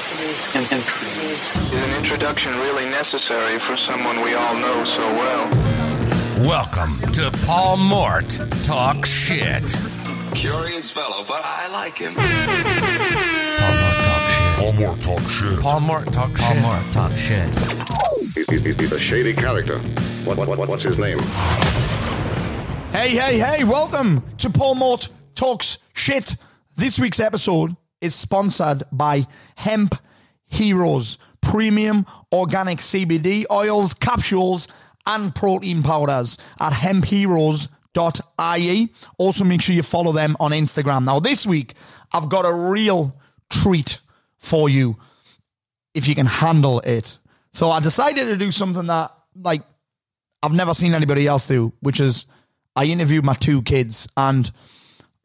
trees and, and trees. Is an introduction really necessary for someone we all know so well? Welcome to Paul Mort Talk Shit. Curious fellow, but I like him. Paul Mort Talk Shit. Paul Mort Talk Shit. Paul Mort Talk Shit. Paul Mort Talk Shit. He's, he's, he's a shady character. What, what, what, what's his name? Hey, hey, hey, welcome to Paul Mort Talks Shit. This week's episode is sponsored by Hemp Heroes Premium Organic CBD oils, capsules, and protein powders at hempheroes.ie. E. Also, make sure you follow them on Instagram. Now, this week, I've got a real treat for you if you can handle it. So, I decided to do something that, like, I've never seen anybody else do, which is I interviewed my two kids and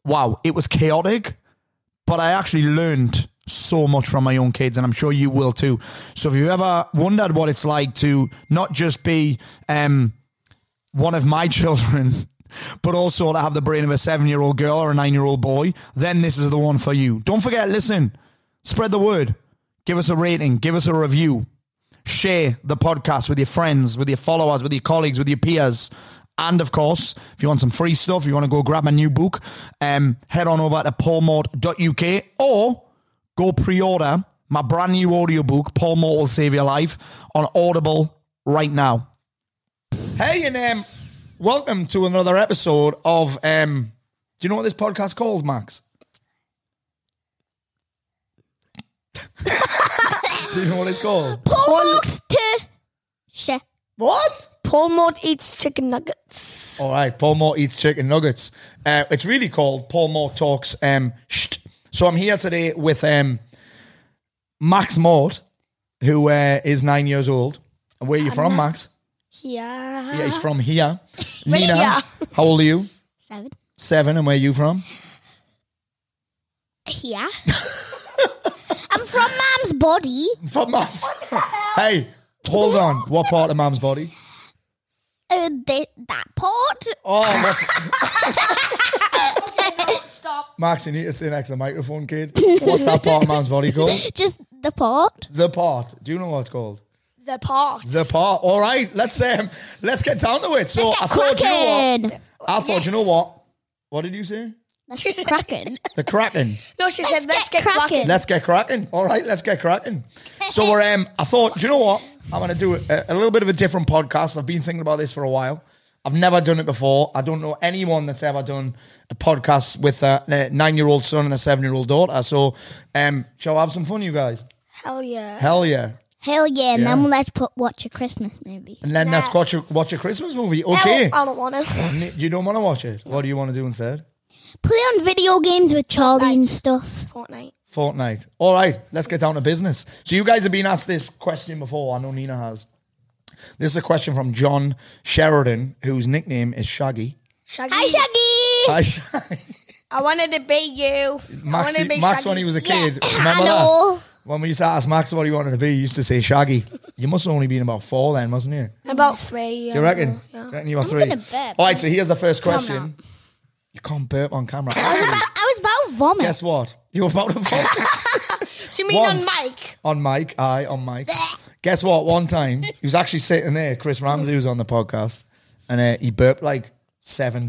wow, it was chaotic, but I actually learned so much from my own kids, and I'm sure you will too. So if you've ever wondered what it's like to not just be um, one of my children, but also to have the brain of a seven year old girl or a nine year old boy, then this is the one for you. Don't forget, listen, spread the word, give us a rating, give us a review, share the podcast with your friends, with your followers, with your colleagues, with your peers. And of course, if you want some free stuff, you want to go grab my new book, um, head on over to paulmort.uk or go pre order my brand new audiobook, Paul Mort Will Save Your Life, on Audible right now. Hey, and um, welcome to another episode of. Um, do you know what this podcast called, Max? do you know what it's called? Paul looks to shit. What? Paul Mort eats chicken nuggets. All right, Paul Moore eats chicken nuggets. Uh, it's really called Paul Moore talks. Um, Sht. So I'm here today with um, Max Mort, who uh, is nine years old. And Where are you from, Max? Yeah. Yeah, he's from here. Where's Nina, here? how old are you? Seven. Seven. And where are you from? Yeah. I'm from Mom's body. From mum. hey, hold on. What part of mum's body? Uh, th- that part. Oh, that's. Max, you need to sit next to the microphone, kid. What's that part of mum's body called? Just the part. The part. Do you know what it's called? The part. The part. All right, let's um, let's get down to it. So I thought, you know what? I thought, you know what? What did you say? Let's get cracking. The cracking. No, she said, let's get, cracking. Let's get cracking. All right, let's get cracking. So we're um, I thought, do you know what? I'm gonna do a, a little bit of a different podcast. I've been thinking about this for a while. I've never done it before. I don't know anyone that's ever done a podcast with a, a nine-year-old son and a seven-year-old daughter. So, um, shall I have some fun, you guys? Hell yeah. Hell yeah! Hell yeah, and Yeah. then let's put watch a Christmas movie. And then let's watch a watch a Christmas movie. Okay, oh. I don't want to. N- you don't want to watch it. What do you want to do instead? Play on video games with Charlie and stuff. Fortnite. Fortnite. All right, let's get down to business. So you guys have been asked this question before. I know Nina has. This is a question from John Sheridan, whose nickname is Shaggy. Shaggy. Hi, Shaggy. Hi, Shaggy. I wanted to be you. Max, Max when he was a kid. Yeah, Remember I know. that? When we used to ask Max what he wanted to be, he used to say Shaggy. You must have only been about four then, wasn't you? About three. Do you reckon? Do you reckon you were three? gonna burp. All right, so here's the first question. You can't burp on camera. Actually, I was about vomit. guess what? You were about to vomit. Do you mean Once. on mic? On Mike, aye, on Mike. Guess what? One time he was actually sitting there. Chris Ramsey was on the podcast, and uh, he burped like seven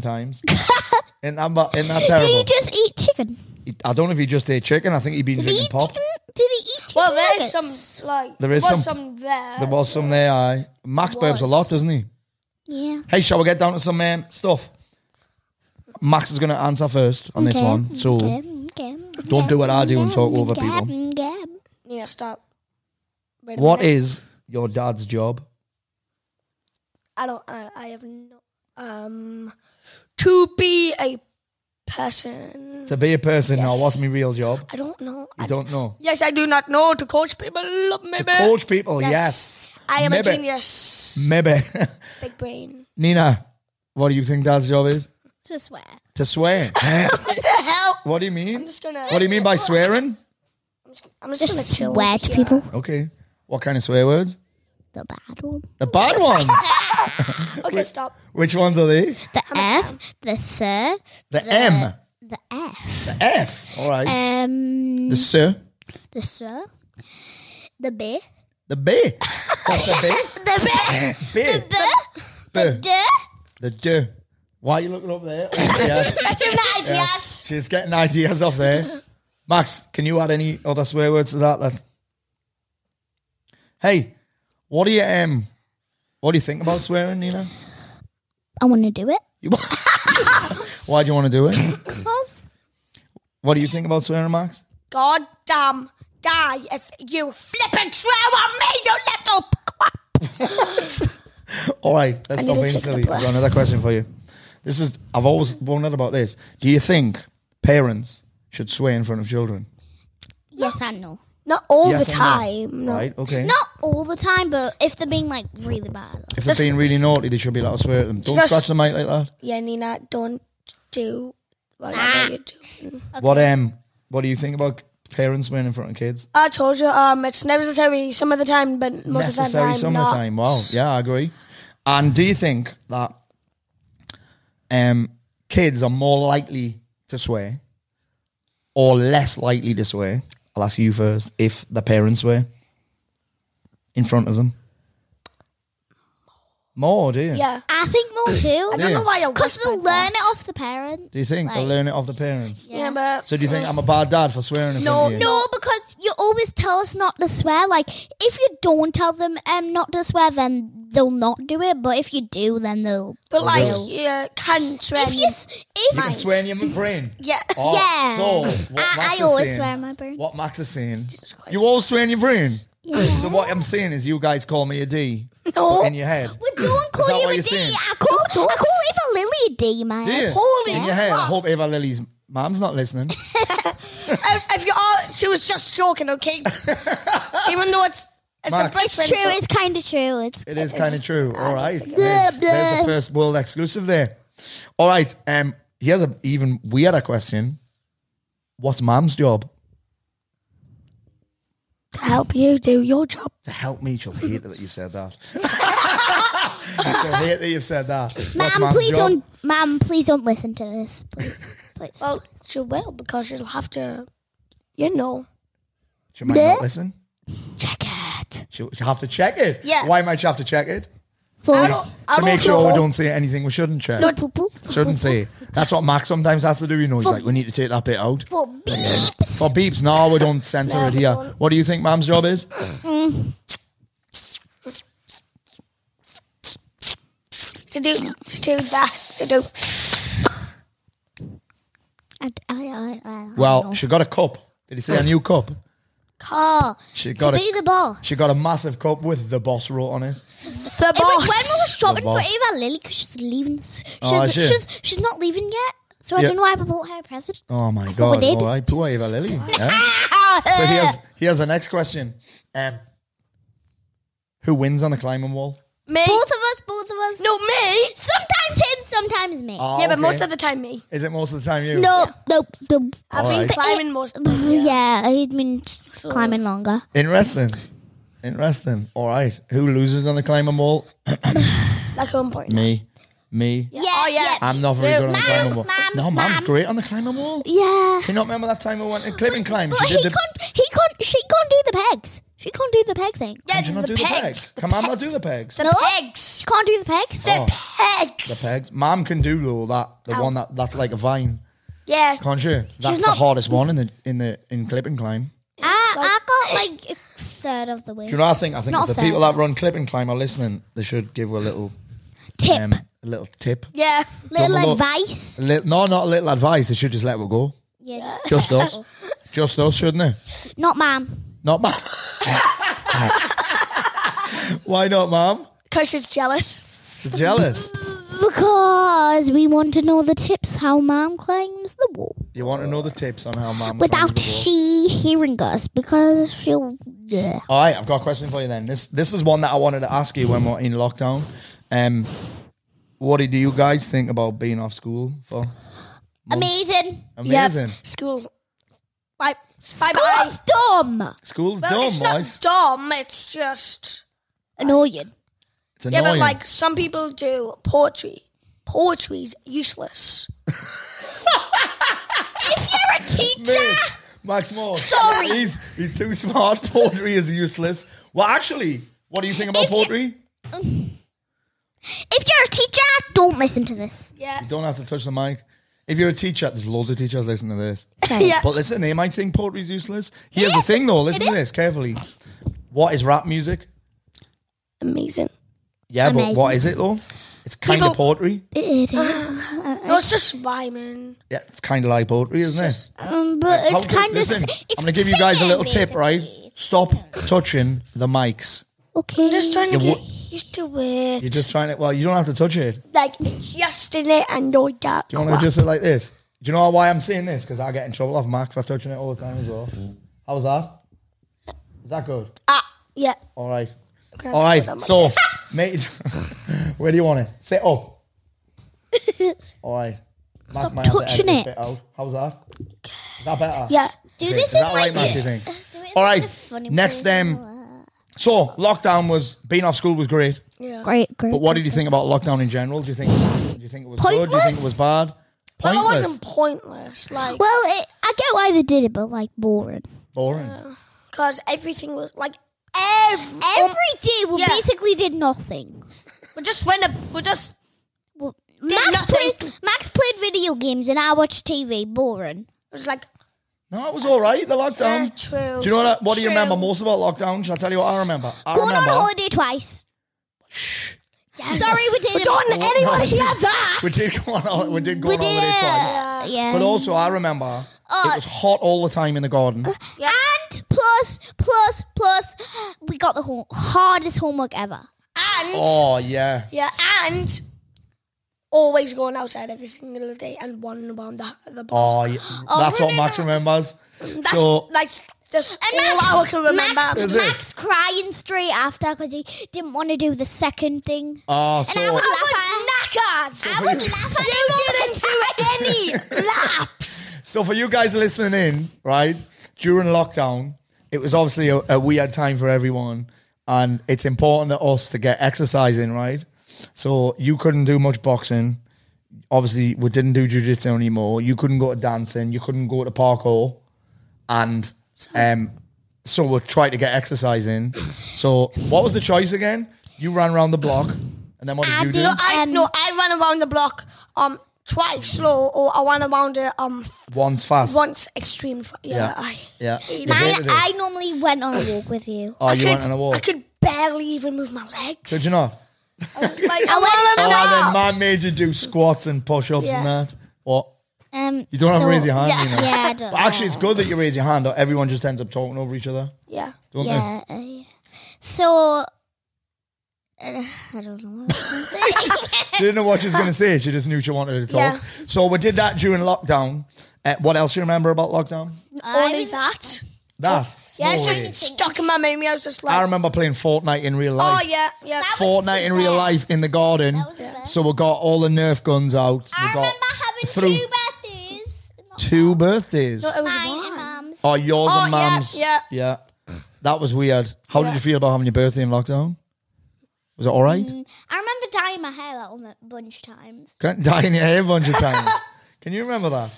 times. Isn't that, mu- isn't that Did terrible? he just eat chicken? He- I don't know if he just ate chicken. I think he'd been Did he drinking eat pop. chicken? Did he eat chicken? Well, there is nuggets? some like There is was some- some, there. There was some there. Aye. Max burps a lot, doesn't he? Yeah. Hey, shall we get down to some um, stuff? Max is going to answer first on this one. So don't do what I do and talk over people. Nina, stop. Wait a what minute. is your dad's job? I don't. I, I have no. Um, to be a person. To be a person now, Yes. what's my real job? I don't know. You I, don't know. yes, I do not know to coach people. Maybe To coach people, yes. Yes. I am Maybe. a genius. Maybe. Big brain. Nina, what do you think dad's job is? To swear. To swear. The hell! what do you mean? I'm just gonna. What do you mean by swearing? I'm just, Just gonna chill. swear over to here. people. Okay. What kind of swear words? The bad one. The bad ones. Okay, stop. Which ones are they? The F. The sir. The M. The F. The F. All right. Um. The sir. The sir. The bear. The bay. What's the The bear. bay? Bay. The Bay. duh. The do. Why are you looking up there? Oh, yes. That's an idea. She's getting ideas off there. Max, can you add any other swear words to that then? Hey, what do you um what do you think about swearing, Nina? I want to do it. You- Why do you want to do it? Cause What do you think about swearing, Max? God damn die if you flipping swear on me, you little quack. All right, let's need stop to being take a silly. I've got breath. another question for you. This is I've always wondered about this. Do you think parents should swear in front of children? yes, I know. Not all Yes the or no? time. No. Right, okay. Not all the time, but if they're being like really bad. If they're Just- being really naughty, they should be allowed to swear at them. Don't Just- scratch the mic like that. Yeah, Nina, don't do whatever Ah. you do. What um what do you think about parents swearing in front of kids? I told you, um, it's necessary some of the time, but most of the necessary time, summertime. not. Wow. Yeah, I agree. And do you think that um, kids are more likely to swear or less likely to swear? I'll ask you first. If the parents swear in front of them, more do you? Yeah. I think more too. I don't know why I Because they'll learn it off the parent. Do you think they Like- learn it off the parents? Yeah, but So do you think I'm a bad dad for swearing in front of you? No, because you always tell us not to swear. Like if you don't tell them um not to swear, then they'll not do it. But if you do, then they'll. but like Really? yeah, can swear. If you s- if You can swear in your brain. yeah, Oh, Yeah. So what I- Max I is always saying- swear in my brain. What Max is saying. You all swear in your brain. So what I'm saying is, you guys call me a D no, in your head. we don't that call you what a you're D. saying? I call I call Eva Lily a D, man. Do you? Holy in your head. I crap. hope Eva Lily's mom's not listening. if, if you are, she was just joking, okay? Even though it's it's Max. a It's true. Brisbane. so- It's kind of true. It's It is kind of true. All right. There's, there's the blah. first world exclusive there. All right. Um, here's an even weirder question. What's mom's job? to help you do your job. To help me. She'll hate that you've said that. She'll hate that you've said that. What's Ma'am, mom's please job? don't. Ma'am, please don't listen to this. Please, please. Well, she will because she'll have to, you know, She might not listen. check it. She'll, she'll have to check it. Yeah. Why might she have to check it? For- I don't. I to don't make sure we know. don't say anything we shouldn't check. for poo-poo, for shouldn't poo-poo, say. That's what Max sometimes has to do. You know, he's like, we need to take that bit out. For beeps. For beeps, no, we don't censor No, it we here. don't. What do you think Mum's job is? to do to do that to do. I, I, I, I Well, know. she got a cup. Did he say a new cup? car. She To got be a the boss. she got a massive cup with the boss wrote on it. The It was when we were shopping for boss. Eva Lily because she's leaving. s- She's, Oh, is she? she's, she's not leaving yet. So I Yeah. don't know why I bought her a present. Oh my thought we god! did. All right, poor Eva Lily. Yeah. so here's here's the next question. Um, who wins on the climbing wall? me. Both of us, both of us. No, me. Sometimes him, sometimes me. Oh, yeah, but okay. most of the time me. is it most of the time you? no, no, no. Oh, I've been Alright. climbing most of the time. Yeah. Yeah, I'd been climbing longer. Interesting. Interesting. All right. Who loses on the climbing wall? Like at one point. Me. Me. Yeah, Oh, yeah. I'm not very good on the Ma'am, climbing wall. ma'am, no, mom's ma'am. great on the climbing wall. Yeah. Can you not remember that time we went to clip and climb? But She he did the, can't. He can't. She can't do the pegs. She can't do the peg thing. Yeah, Did you not the do the pegs? pegs. Can mom not do the pegs? The No. pegs. She can't do the pegs. Oh. The pegs. The pegs. Mom can do though that the one that that's like a vine. Yeah. Can't she? That's the not- hardest one in the in the in clip and climb. I, I got like a third of the way. Do you know? I think I think Not if the fair. people that run clip and climb are listening. They should give her a little Tip, um, a little tip. Yeah. little double up. advice. A lit- no, not a little advice. They should just let her go. Yeah, Just us. Just us, shouldn't they? not ma'am. Not mad. Why not, mom? Because she's jealous. She's jealous. Because we want to know the tips how mom climbs the wall You want to know the tips on how mom without climbs the wall? she hearing us. Because she'll. Yeah. All right, I've got a question for you then. This this is one that I wanted to ask you when we're in lockdown. Um, what do you guys think about being off school for? Amazing. Yeah. Amazing. School. Bye. Bye bye. School's dumb. School's Well, dumb, it's not boys. dumb. It's just Annoying. It's annoying. yeah, but like some people do poetry. Poetry's useless. If you're a teacher, Mate, Max Moore. Sorry. He's, he's too smart. Poetry is useless. Well, actually, what do you think about If you- poetry? If you're a teacher, don't listen to this. Yeah. You don't have to touch the mic. If you're a teacher, there's loads of teachers listening to this. Yeah. Oh, But listen, they might think poetry's useless. Here's the is. thing, though. Listen It to is. this carefully. What is rap music? Amazing. Yeah, but Amazing. what is it though? It's kind of People- poetry. It is. No, it's just rhyming. Yeah, it's kind of like poetry, isn't it? Um, but it's How- kind listen, of. I'm going to give you guys a little tip, right? Stop touching the mics. Okay. Just trying to Yeah, get what- used to it. You're just trying to. Well, you don't have to touch it. Like just in it and all that. Do you want to just it like this? Do you know why I'm saying this? Because I get in trouble off Mark for touching it all the time as well. How was that? Is that good? Ah, Yeah. All right. grab All it on right. my- So, mate, where do you want it? Sit up. All right. Mark Stop might have to edit touching this it. bit out. How's that? Is that better? Yeah. do Okay, this Is in that right, like. Matt? the- Do you think? do it in All like right, the funny next, way. um, So lockdown was being off school was great, Great, great. but what did you think about lockdown in general? Do you think do you think it was good? Do you think it Pointless. was bad? Well, it Pointless. wasn't pointless. Like, Well, it, I get why they did it, but like boring. boring. because everything was like every. Every oh, day we yeah. basically did nothing. we just went. A, we just Well, Did Max nothing. played Max played video games and I watched TV. Boring. it was like No, it was all right. The lockdown. eh, true. do you know what? I- What do you true. remember most about lockdown? Shall I tell you what I remember? I Going on remember holiday twice. Yeah, sorry, we did. Don't anyone hear that? we did go on hol- we did go We on holiday did. twice, uh, yeah. but also I remember it was hot all the time in the garden. And plus, plus, plus, we got the whole hardest homework ever. And Oh yeah. yeah, and always going outside every single day and wandering around the the block. Oh, yeah. that's what Max remembers. That's so like just And all Max, I can remember. Max, Is it? Max crying straight after because he didn't want to do the second thing. oh, so and I would I was knackered. laugh. I would laugh at him. you didn't do any laps. So for you guys listening in, right, during lockdown, it was obviously a, a weird time for everyone, and it's important to us to get exercise in, right? So you couldn't do much boxing. Obviously, we didn't do jujitsu anymore. You couldn't go to dancing. You couldn't go to parkour, and um, so we tried to get exercise in. So what was the choice again? You ran around the block, and then what did I you do? did- I Um, no, I ran around the block um twice slow, or I ran around it um Once fast. once extreme. fa- Yeah, Yeah. I, yeah. You I, hated it. I normally went on a walk with you. oh, I you could, went on a walk. I could barely even move my legs. Did you not? Like, I I went went on Oh, a and walk. then man made you do squats and push ups and Yeah. that. What? Um, You don't have to so- raise your hand, Yeah, you know. yeah, I don't. But actually, it's good that you raise your hand, or everyone just ends up talking over each other, Yeah. don't they? Yeah, uh, yeah. So, uh, I don't know. What I was gonna say. She didn't know what she was going to say. She just knew she wanted to talk. So we did that during lockdown. Uh, what else do you remember about lockdown? Only was- that. That. Yeah, No it's way. just stuck in my memory. I was just I like, remember playing Fortnite in real oh life. yeah, yeah. Fortnite in real life in the garden. was the best. So we got all the Nerf guns out. I we got remember having through- two birthdays. Not two birthdays. It was mine and mine. mum's. Oh, yours Oh, and yeah, mum's. yeah. yeah. That was weird. How did Yeah. you feel about having your birthday in lockdown? Was it all right? Mm, I remember dyeing my hair out a bunch of times. Can't die in your hair a bunch of times. Can you remember that?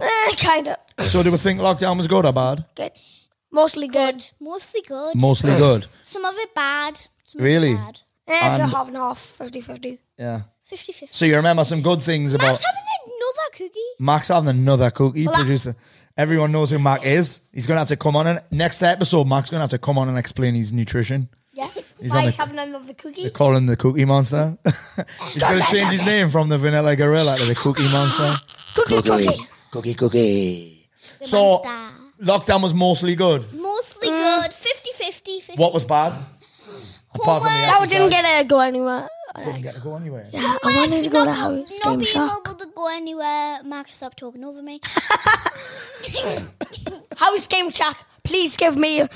Eh, kind of So do we think lockdown was good or bad? good, mostly good. Mostly good. Mostly good. Some of it bad. Some Really? Of it bad. Eh, it's a And- half and half, 50-50. Yeah. 50 50. So you remember some good things I about was having another cookie. Max having another cookie I- producer. Everyone knows who Mac is. He's gonna have to come on and next episode. Mac's gonna have to come on and explain his nutrition. Yeah, He's on why the- is having another cookie? They call him the Cookie Monster. He's gonna change his name from the Vanilla Gorilla to the Cookie Monster. Cookie, cookie. Cookie, cookie. So lockdown was mostly good. Mostly Uh. good. 50 50. 50. What was bad? Apart from the That one didn't exercise. get to go anywhere. didn't get to go anywhere. I wanted to go to not, House not Game being Shark. able to go anywhere. Max, stop talking over me. House Game Shark, please give me,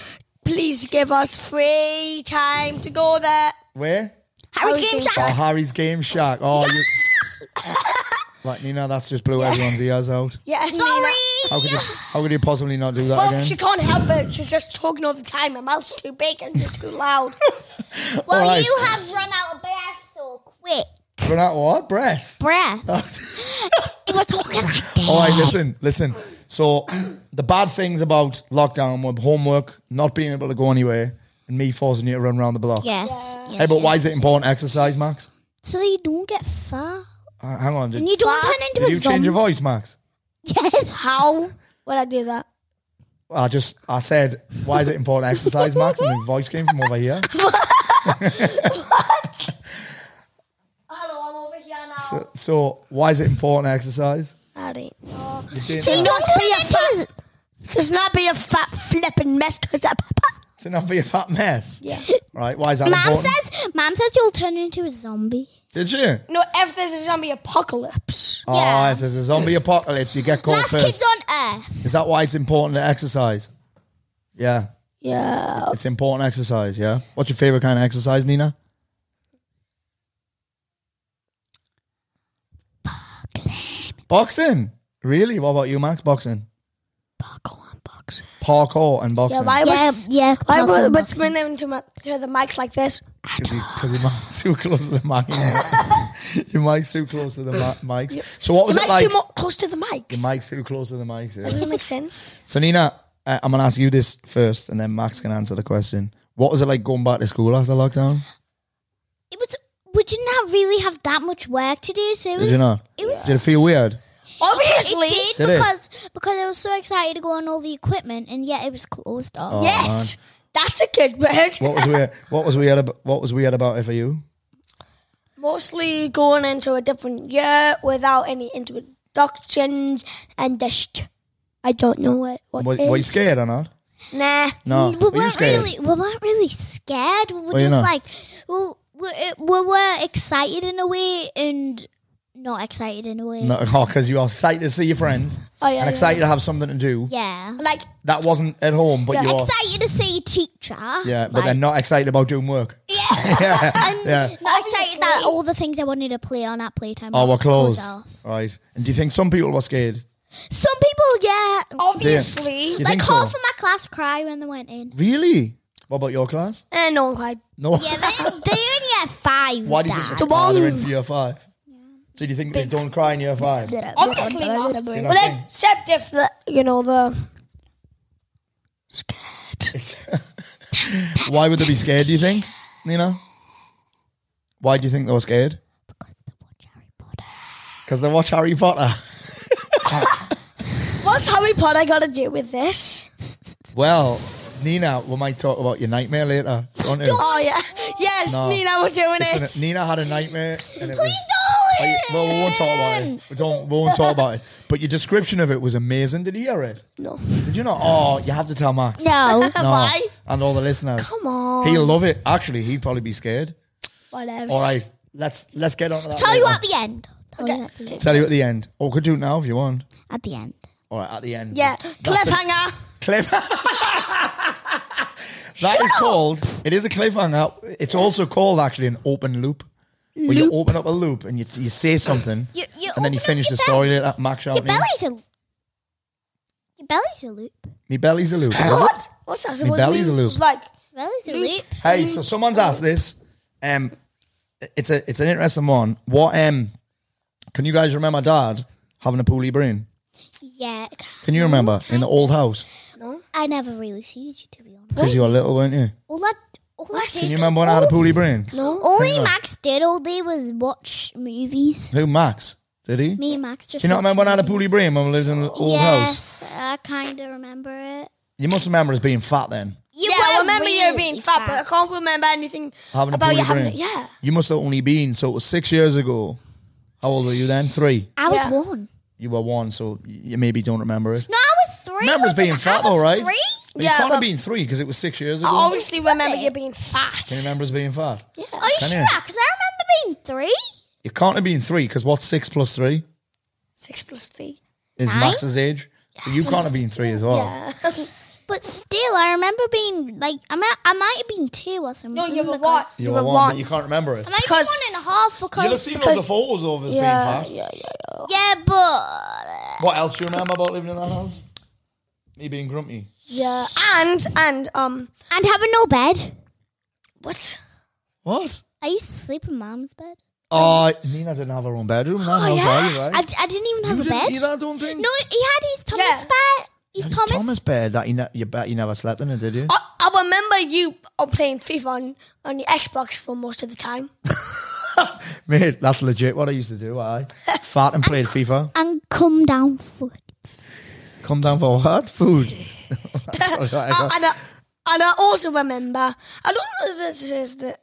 please give us free time to go there. Where? Harry House Game Game Shark. Oh, Harry's game shack. Oh, you. like Nina, that's just blew everyone's ears out. Yeah, Sorry. How could you? How could you possibly not do that Well, again? she can't help it. She's just talking all the time. Her mouth's too big and it's too loud. Well, Alright. you have run out of breath so quick. Run out what breath? Breath. you were talking like that. All right, Uh, Oh, listen, listen. So the bad things about lockdown were homework, not being able to go anywhere, and me forcing you to run around the block. Yes. yes Hey, but why yes. is it important exercise, Max? So that you don't get fat. Uh, hang on. Did, And you don't turn into did a you zombie. change your voice, Max? yes. How would I do that? I just I said, why is it important exercise, Max? And the voice came from over here. Hello, I'm over here now. So, so why is it important exercise? I don't know. You're doing So that you don't turn into Just not be a fat flipping mess, cause I, To not be a fat mess. Yeah. Right? Why is that a... Mom important? says, Mom says you'll turn into a zombie. Did you? No, if there's a zombie apocalypse. Oh, Yeah. if there's a zombie apocalypse, you get caught Last first. kids on earth. Is that why it's important to exercise? Yeah, Yeah. it's important exercise. Yeah. What's your favorite kind of exercise, Nina? Boxing. Really? What about you, Max? Boxing. Parkour and boxing. Parkour and boxing. Yeah, why Yeah, was yeah. why was, Pokemon. was screaming to, my, to the mics like this? Because your mic's too close to the mic. your mic's too close to the mi- mics. So what was Your it mic's like? too mo- close to the mics. Your mic's too close to the mics. yeah. Doesn't make sense. So Nina, uh, I'm gonna ask you this first, and then Max can answer the question. What was it like going back to school after lockdown? It was. We didn't have really have that much work to do, so it was. Did you not? It was. Did it feel weird? Obviously. It did, Did it? because because I was so excited to go on all the equipment, and yet it was closed Oh, off. yes. That's a good word. What was weird? What was weird? About, what was weird about it for you? Mostly going into a different year without any introductions and just I don't know what what Were, were you is. scared or not? Nah. No. we were you weren't scared? really we weren't really scared. We were Well, you just know. like we, we, it- we were excited in a way and not excited in a way. No, because you are excited to see your friends Oh, yeah, and yeah, excited to have something to do. Yeah. Like That wasn't at home, but Yeah. you are. Excited to see your teacher. Yeah, but then not excited about doing work. Yeah, yeah. Not excited that all the things I wanted to play on at playtime. Oh, we're were closed. off. Right. And do you think some people were scared? Some people, yeah, obviously You like think half so? of my class cried when they went in. Really? What about your class? eh, no one cried. No. Yeah, they, they only had five. Why do you Dad. suspect why they're in for year five? So do you think they don't cry in year five? Do Obviously you not. Well not then, think except if the you know the scared. it's- Why would they be scared? Do you think, Nina? Why do you think they were scared? Because they watch Harry Potter. What's Harry Potter got to do with this? Well, Nina, we might talk about your nightmare later. Don't you? Oh yeah, yes, No. Nina, we're doing Listen, it. Nina had a nightmare, and it was. Are you- well, we won't talk about it. We don't. We won't talk about it. But your description of it was amazing. Did you hear it? No, Did you not? Oh, you have to tell Max. No. No. And all the listeners. come on. He'll love it. Actually, he'd probably be scared. Whatever. All right, let's let's get on to that. Tell you later. at the end. Tell you at the end. Tell you at the end. Or could do it now if you want. At the end. All right, at the end. Yeah, That's a- cliffhanger. Cliff. That is called. It is a cliffhanger. It's also called actually an open loop, where you open up a loop and you, you say something, You- you and then you open up finish the your story like that. Max Your out. belly's a. Your belly's a loop. Me belly's a loop. is it? What? What's that supposed to belly's mean? a loop. Like, Belly's a loop. Hey, so someone's asked this. Um, it's a it's an interesting one. What um, can you guys remember Dad having a poorly brain? Yeah. Can you remember in the old house I never really see you, to be honest. because you were little, weren't you? All that. All that Can you remember when I had a poorly brain? Only Max did all day was watch movies. Who Max? Did he? Me and Max just. Do you not watched remember when I had a poorly movies. brain when we lived in the old house? Yes, I kind of remember it. You must remember us being fat then. You yeah, I were remember you really being fat, but I can't remember anything Having a about you poorly having brain. it. Yeah. You must have only been, so it was six years ago. How old were you then? Three. I was Yeah. one. You were one, so you maybe don't remember it. No, I was three. remember us wasn't being I? fat I was though, right? Three? But Yeah, you can't but- have been three because it was six years ago. I obviously remember it? you being fat. Oh. Can you remember us being fat? Are you Can sure? you? Because I remember being three. You can't have been three because what's six plus three Six plus three. is Nine? Max's age. So you can't have been three as well. Yeah. But still, I remember being like I might, I might have been two or something. No, you were what? because- You, You were were one, one. but you can't remember it. I might have Because- been one and a half You'll have because. seen loads of photos of us Yeah, being fat. yeah, yeah, yeah. yeah, but What else do you remember about living in that house? Me being grumpy. Yeah. And and um, and having no bed. what? What? I used to sleep in Mum's bed. Oh, Nina didn't have her own bedroom. That Oh, was yeah. right, right? I, d- I didn't even have you a didn't bed. either, I don't think. No, he had his Thomas Yeah. bed. His It's Thomas. Oh. Thomas' bed that you, ne- you bet you never slept in it, did you? I, I remember you are playing FIFA on, on your Xbox for most of the time. Mate, that's legit what I used to do. I fat and played FIFA. And come down foot. Come down for what? Food. That's what I got. and, I, and I also remember, I don't know if this is the,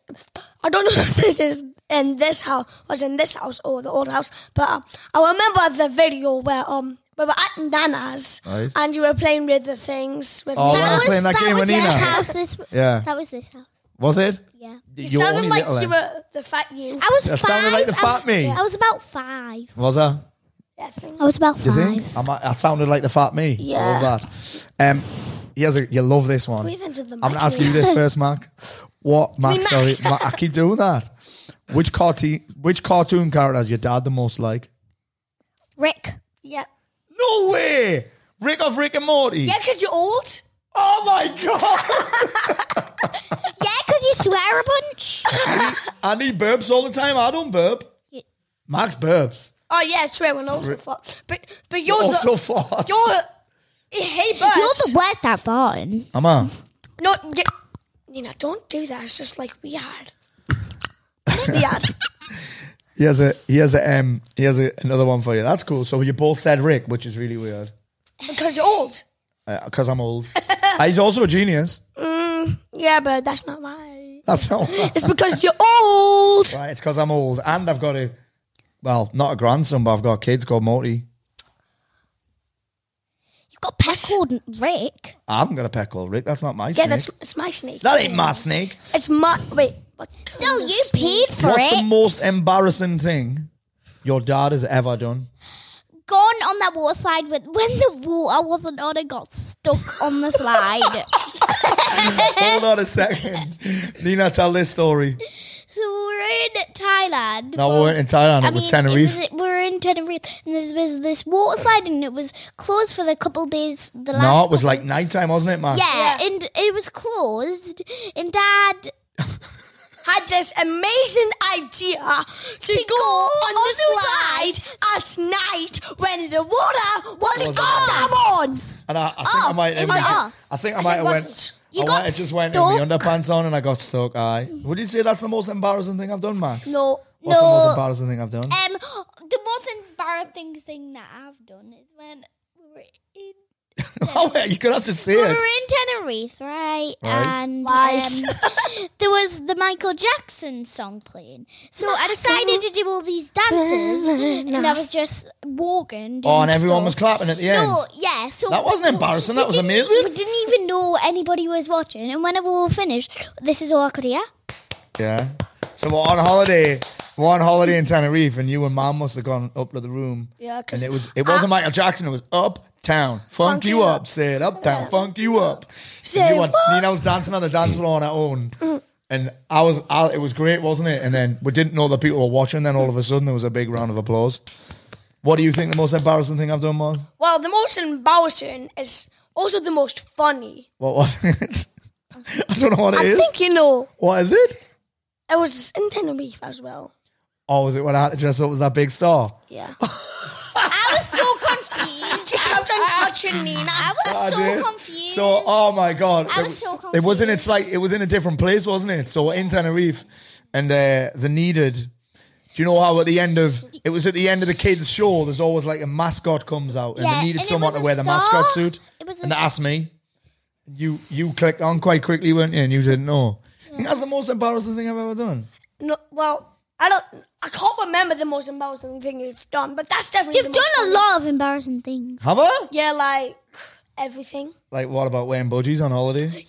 I don't know if this is in this house, was in this house or the old house, but um, I remember the video where um we were at Nana's Right. and you were playing with the things. With Oh, when I was playing that game was with this Nina. house. This, Yeah. That was this house. Was it? Yeah. you were sounded only like little you then. were the fat you. I was That five. sounded like the I was- fat me. I was about five. Was I? I think. I was about Do you five. think? I, might, I sounded like the fat me. I love that. Um, here's a, you love this one. Breathe into the I'm going to mic, ask you this first, Mark. What, Mark, me, sorry. Max. Mark, I keep doing that. Which cartoon, which cartoon character has your dad the most like? Rick. Yeah. No way! Rick of Rick and Morty. Yeah, because you're old. Oh my God! Yeah, because you swear a bunch. And he burps all the time. I don't burp. Yeah. Max burps. Oh, Oh yeah, swear when also fat. But but yours Also the, farts. you're eh, hey birds. You're the worst at farting. Am I? No, y Nina, don't do that. It's just like weird. It's weird. He has a he has a um he has a, another one for you. That's cool. So you both said Rick, which is really weird Because you're old. because I'm old. Uh, he's also a genius. Yeah, but that's not right. That's not why. It's because you're old. right. It's because I'm old and I've got a well, not a grandson, but I've got kids called Morty. You've got a pet called Rick. I haven't got a pet called Rick. That's not my Yeah, snake. that's it's my snake. that ain't my snake. It's my wait. What kind Still, of you snake? paid for What's it. the most embarrassing thing your dad has ever done? Gone on that water slide with when the water wasn't on and got stuck on the slide. Hold on a second, Nina. Tell this story. So we were in Thailand. No, for- we weren't in Thailand. I it was mean, Tenerife. was- we were in Tenerife, and there was this water slide, and it was closed for the couple days. The last no, it was couple- like nighttime, wasn't it, Max? yeah, and it was closed. And Dad had this amazing uh, idea to, go, on, the slide at night when the uh, water was Wasn't gone. And I, I think I might have it was- went- oh. I think I might have went. wasn't. You I got might have just went in the stuck. underpants on and I got stuck. Aye. Would you say that's the most embarrassing thing I've done, Max? No, What's the most no. embarrassing thing I've done? Um, the most embarrassing thing that I've done is when we were in oh, yeah, you're gonna have to say we were it. in Tenerife, right? Right. And Right. um, there was the Michael Jackson song playing. So I decided to do all these dances, and I was just walking. doing Oh, and everyone was stuff. clapping at the end. No, yeah. So That wasn't embarrassing, that we was didn't- e-, amazing. We didn't even know anybody was watching, and whenever we were finished, this is all I could hear. Yeah. So we're on holiday. We're on holiday in Tenerife, and you and Mom must have gone up to the room. Yeah, 'cause and it was it wasn't Michael Jackson. It was uptown, funk, Funk you you up, say it uptown, funk you up. Say And you and what? Nina was dancing on the dance floor on her own, and I was I, it was great, wasn't it? And then we didn't know that people were watching. Then all of a sudden there was a big round of applause. What do you think the most embarrassing thing I've done was? Well, the most embarrassing is also the most funny. What was it? I don't know what it I is. think you know. what is it? It was in Tenerife as well. Oh, was it when I had to dress up as that big star? Yeah. I was so confused. I was touching Nina. I was I so did. confused. Ah, So, oh my god, I It was so w- It wasn't. confused. It's like it was in a different place, wasn't it? So we're in Tenerife, and uh, the needed. Do you know how at the end of it was at the end of the kids' show? There's always like a mascot comes out, and Yeah, they needed and it someone was to a wear the star. mascot suit. It was a and they s- asked me. You you clicked on quite quickly, weren't you? And you didn't know. I think that's the most embarrassing thing I've ever done. No, well, I don't. I can't remember the most embarrassing thing you've done, but that's definitely. You've the most done a funny. lot of embarrassing things. Have I? Yeah, like everything. Like what about wearing budgies on holiday? Yep,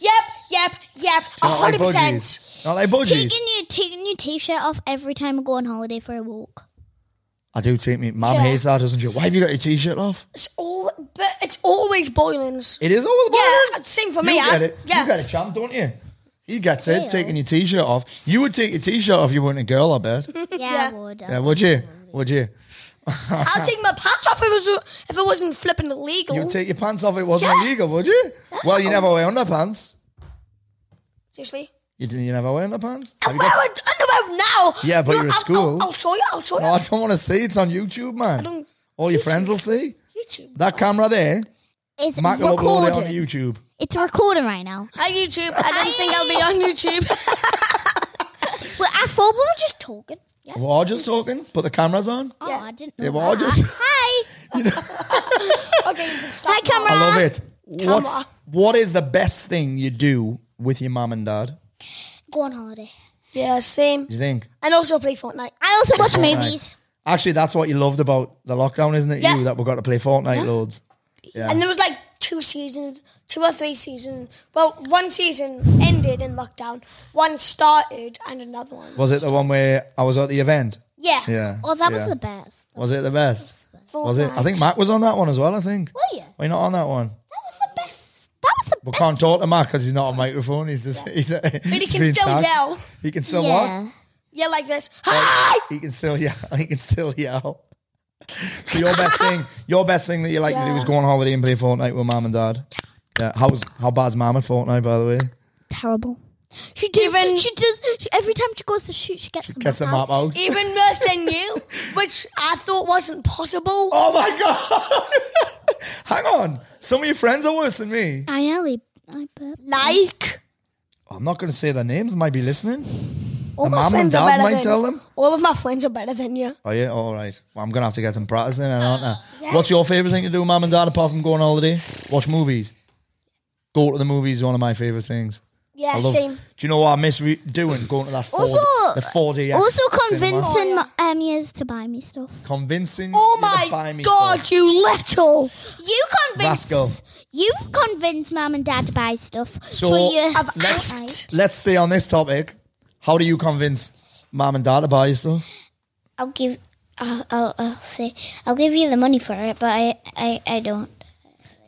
yep, yep. A Not like hundred percent. budgies. Not like budgies. Taking your taking your t-shirt off every time I go on holiday for a walk. I do take me. Mum Yeah. hates that, doesn't she? Why have you got your t-shirt off? It's all, but it's always boiling. It is always boring. Yeah, same for you me. I- get it. Yeah. You get it, champ, don't you? He gets Still. it, taking your t-shirt off. You would take your t-shirt off if you weren't a girl, I bet. Yeah, I would. yeah, would you? Would you? I'll take my patch off if it was if it wasn't flipping illegal. You'd take your pants off if it wasn't Oh. Yeah. illegal, would you? Well, you never wear underpants. Seriously. You didn't. You never wear underpants. I Have you wear got, underwear now. Yeah, but No, you're at I'll- school. I'll, I'll show you. I'll show No, Oh, I you. don't want to see. It's on YouTube, man. don't- All your friends will see. YouTube. That camera there, It's Mac will upload it on recording. YouTube. It's recording right now. Hi YouTube. I don't think I'll be on YouTube. But I thought we were just talking. Yeah. We're all just talking, put the cameras on. Oh, I didn't know. Yeah, well, I'll just- Hi. okay. Hi, camera. Ah, I love it. What's what is the best thing you do with your mum and dad? Go on holiday. Yeah, same. Do you think? And also play Fortnite. I also watch movies. Actually, that's what you loved about the lockdown, isn't it? You Yeah. that we got to play Fortnite loads. And there was like two seasons, two or three seasons. Well, one season ended in lockdown, one started, and another one. Was it the one where I was at the event? Yeah. Yeah, Oh, that was yeah. the best. Was it the best? Was it? I think Fortnite. Mac was on that one as well. I think. Oh yeah. Why not on that one? That was the best. That was the We best. can't talk to Mac because he's not on microphone. He's just he's, but he can still yell. He can still yeah. what? Yeah, like this. Hi! He can still yell. He can still yell. So your best thing, your best thing that you like to do Yeah. is go on holiday and play Fortnite with mum and dad. Yeah. How's how bad's mum at Fortnite by the way? Terrible. She does. she does. She, every time she goes to shoot, she gets the Gets oh. the map map out. Even worse than you, which I thought wasn't possible. Oh my god! Hang on. Some of your friends are worse than me. I know. They, I bet. Like, I'm not going to say their names. They might be listening. all The my mum and friends are dad better might than tell them. All of my friends are better than you. Oh yeah, all right. Well, I'm gonna have to get some practice in, then, aren't I? Oh, What's your favorite thing to do, mum and dad, apart from go on holiday? Watch movies. Go to the movies is one of my favorite things. Yeah, I love- same. Do you know what I miss re- doing? Going to that 4 Also- the 4D. Also cinema. convincing my um years to buy me stuff. convincing. Oh you to buy my me god, stuff. you little. You convince. Rascal. You've convinced mum and dad to buy stuff. So, for you. I've Right. asked. Let's stay on this topic. How do you convince mum and dad to buy you stuff? I'll give. I'll, I'll, I'll say. I'll give you the money for it, but I I, I don't.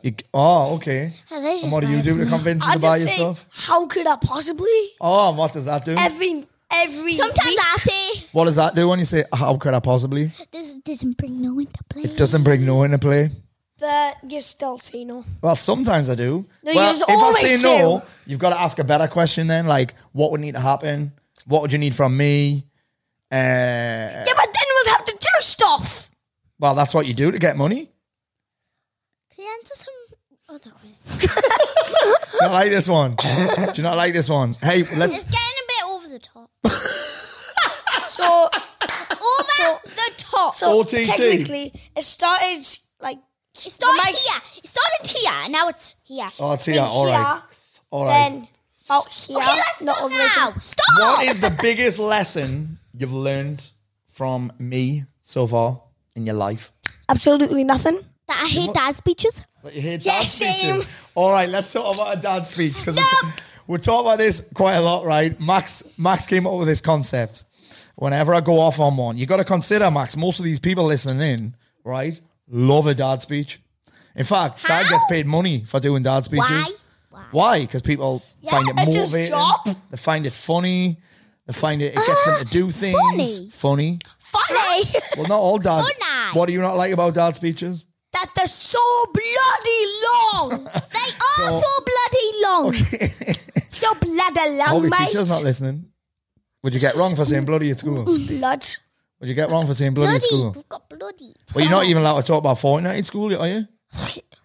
You, oh, okay. Oh, they just And what do you buy do it. to convince them I to buy just you say, stuff? how could I possibly? Oh, and what does that do? Every, every. Sometimes week- I say What does that do when you say, "How could I possibly"? this doesn't bring no into play. It doesn't bring no into play. but you still say no. Well, sometimes I do. No, well, you if always I say do. no, you've got to ask a better question then, like what would need to happen? What would you need from me? Uh, Yeah, but then we'll have to do stuff. well, that's what you do to get money. Can you answer some other questions? Do you not like this one? do you not like this one? Hey, It's let's. getting a bit over the top. So, Over the top. so OTT. technically, it started like it started the mic's- here. It started here, and now it's here. Oh, it's here. All right. here, All right. then out here. okay, let's not stop over here. now. Stop. What is the biggest lesson you've learned from me so far in your life? Absolutely nothing. That I hate dad's speeches. But you hear Yeah, dad's same. speeches. All right, let's talk about a dad's speech because we, t- we talk about this quite a lot, right? Max Max came up with this concept. Whenever I go off on one, you got to consider, Max. Most of these people listening in, right, love a dad speech. In fact, dad gets paid money for doing dad speeches. Why? Why? Why? Because people find it it's his motivating. job. They find it funny. They find it. It gets them to do things. funny. Funny. Funny Well, not all dad. Funny. What do you not like about dad speeches? that they're so bloody long. They are So- so, bloody long. so bloody long, Hope your mate. teacher's not listening. Would you get wrong for saying bloody at school? Would Blood. you get wrong for saying bloody, Bloody. at school? We've got bloody. Well, you're not even allowed to talk about Fortnite at school, are you?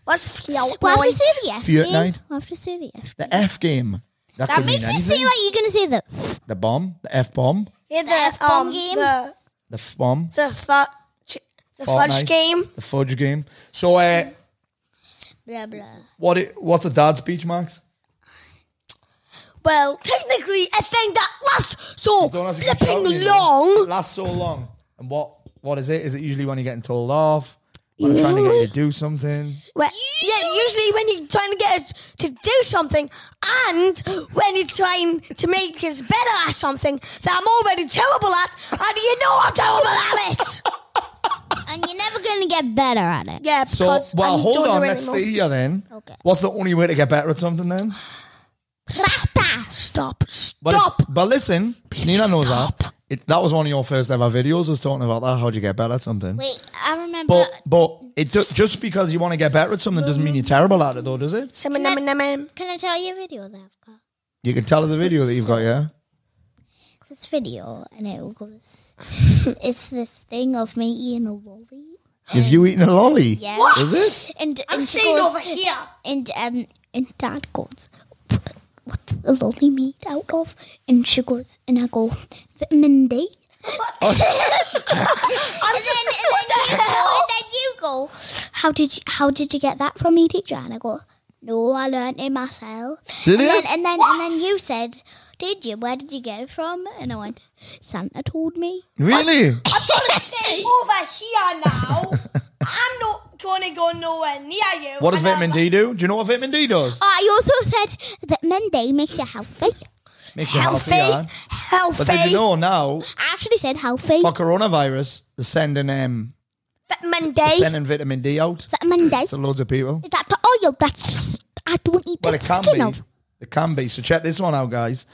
What's feel? We'll have to say the F. Fiat game. night. We'll have to say the F. The F game. That, That could mean makes it anything. seem like you're gonna say the. the bomb, the F bomb, Yeah, the, F-bomb um, game. The the F bomb, the fudge, the fudge Fortnite. game. the fudge game. So, uh, Blah blah. what? i- what's a dad speech, Max? Well, technically, a thing that lasts so Don't have to keep shouting, flipping you know. long. It lasts so long. And what? What is it? Is it usually when you're getting told off? When they're trying to get you to do something? Well, yeah, usually when you're trying to get us to do something, and when you're trying to make us better at something that I'm already terrible at, and you know I'm terrible at it. And you're never gonna get better at it. Yeah, So, because well, I hold don't on. do it Let's anymore. stay here then. Okay. What's the only way to get better at something then? Slapdash. Stop. But Stop. it's- But listen, Nina knows that. It, that was one of your first ever videos. Was talking about that. How'd you get better at something? Wait, I remember. But but it do, just because you want to get better at something doesn't mean you're terrible at it, though, does it? Sim- nim- nim- nim. Can I tell you a video that I've got? You can tell us the video that you've got, yeah. this video, and it goes, it's this thing of me eating a lolly. Have you eaten a lolly? Yeah. Is it? And I'm and she sitting goes- over here. And um, and Dad goes, "What's the lolly made out of?" And she goes, and I go, "Vitamin D." and, then, and, then you go, and then you go, "How did you, how did you get that from me, teacher?" And I go, "No, I learned it myself." Did and you? Then, and then and then you said, "Did you? Where did you get it from?" And I went, "Santa told me." Really? Over here now. I'm not going to go nowhere near you. What does And I'm- vitamin D do? Do you know what vitamin D does? I also said vitamin D makes you healthy. Makes you healthy. eh? Healthy. But did you know now I actually said healthy. for coronavirus they're sending um Vitamin they're D. sending vitamin D out Vitamin D. to loads of people. Is that the oil that's I don't eat Well, the it can skin be. of? It can be. So check this one out, guys.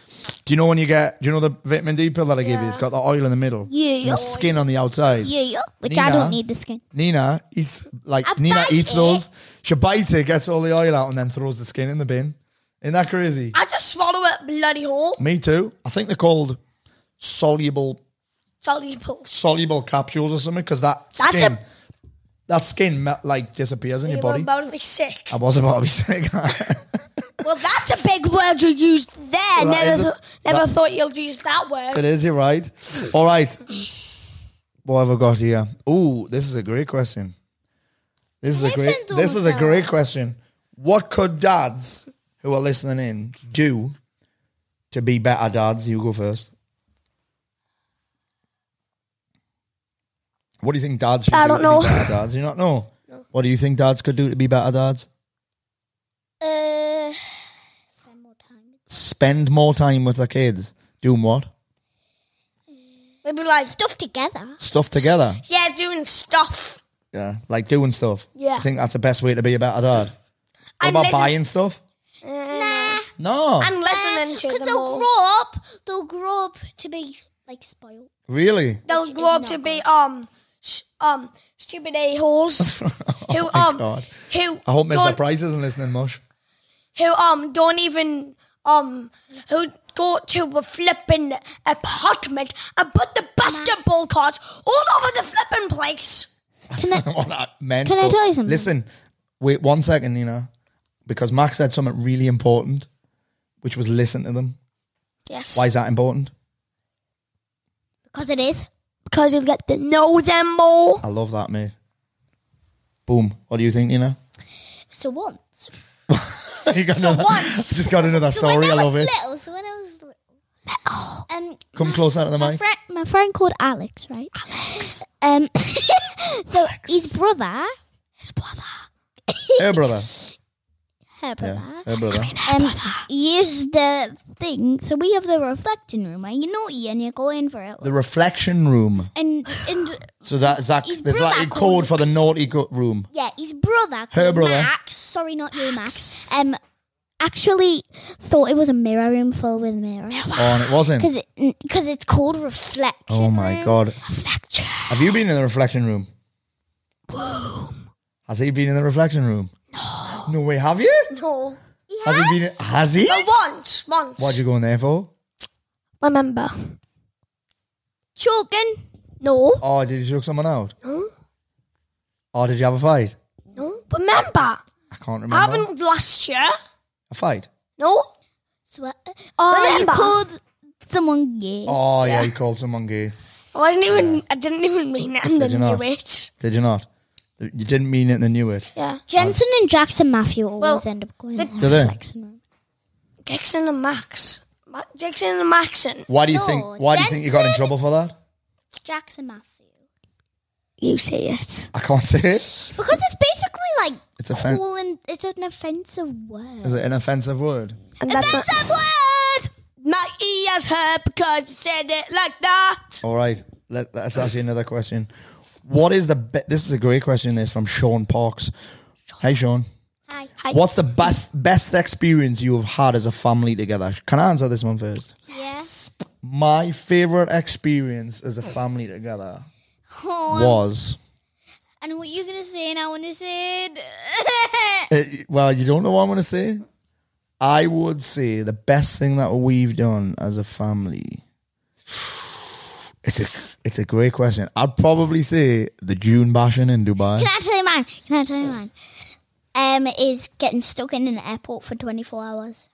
Do you know when you get? Do you know the vitamin D pill that I give you? It's got the oil in the middle, and Yeah, the skin on the outside. yeah, which I Nina. don't need the skin. Nina eats like I Nina bite eats it. those. She bites it, gets all the oil out, and then throws the skin in the bin. Isn't that crazy? I just swallow it bloody whole. Me too. I think they're called soluble Soluble. soluble capsules or something because that That's skin a- that skin me- like disappears in your You're body. about to be sick. I was about to be sick. Well, that's a big word you used there. is never a- th- never that- thought you'd use that word. It is, you're right. All right. What have I got here? Ooh, this is a great question. This is a great friends this always is a tell great question. What could dads who are listening in do to be better dads? You go first. What do you think dads should I do don't to know. be better dads? You not know? What do you think dads could do to be better dads? Uh, spend more time. Spend more time with their kids. Doing what? Maybe like, Stuff together. Stuff together. yeah, doing stuff. Yeah. Like doing stuff. Yeah. I think that's the best way to be a better dad. What And about listen- buying stuff? Nah, No. Mm, I'm listening to because them Eh, they'll all. grow up. They'll grow up to be like spoiled. really? They'll grow up to be um s- um stupid a holes who Oh my um God. who I hope Mr. don't, Price isn't listening much. who um don't even um who go to a flipping apartment and put the basketball cards all over the flipping place. Can I? What that meant. Can I but tell you something? Listen, wait one second, Nina, because Max said something really important, which was listen to them. Yes. Why is that important? Because it is. Because you get to know them more. I love that, mate. Boom. What do you think, Nina? So once. you got So another- once. Just got another so story. when I I, was love it. little. So when I was little. Um, Come closer to the my mic. friend, my friend called Alex, right? Alex. Um, so his brother, his brother, Hey, brother. her brother, Yeah. Hey, brother. um, used the thing. So we have the reflecting room where you naughty and you go in for it. The reflection room. and and So that Zach, His there's brother like a code called- for the naughty go- room. yeah, his brother, Her called brother. Max. Sorry, not you, Max. Um, actually thought it was a mirror room filled with mirrors Oh, and it wasn't. because it because it's called reflection. Oh my room. god. Reflection. Have you been in the reflection room? Has he been in the reflection room? No. No way, have you? No. Has he been in, has he? But once, once. What'd you go in there for? Remember. Choking. No. Oh, did you choke someone out? No. Oh, did you have a fight? No. Remember. I can't remember. I haven't last year. A fight. No. Swear. Oh, Remember? you called someone gay. Oh yeah, you called someone gay. I wasn't even. I didn't even mean it, and Did you then knew not? it. Did you not? You didn't mean it and then knew it. Yeah. Jensen and Jackson Matthew always Well, end up going. in Do they? reflection room. Jackson and Max. Ma- Jackson and Maxon. Why do you No, think why do you think you got in Jensen- trouble for that? Jackson Matthew. You say it. I can't say it. Because it's basically like It's offen- cool and it's an offensive Is word. it an offensive word? And that's not. Offensive word. My ears hurt because you said it like that. All right. Let, let's ask you another question. What is the be- this is a great question this from Sean Parks. Hey Sean. Hi. What's the best best experience you have had as a family together? Can I answer this one first? Yeah. My favorite experience as a family together Oh, was and what you're gonna say, and I wanna say. it. Uh, well, you don't know what I'm going to say. I would say the best thing that we've done as a family It's a, it's a great question. I'd probably say the June bashing in Dubai. Can I tell you mine? Can I tell you mine? Um, is getting stuck in an airport for 24 hours.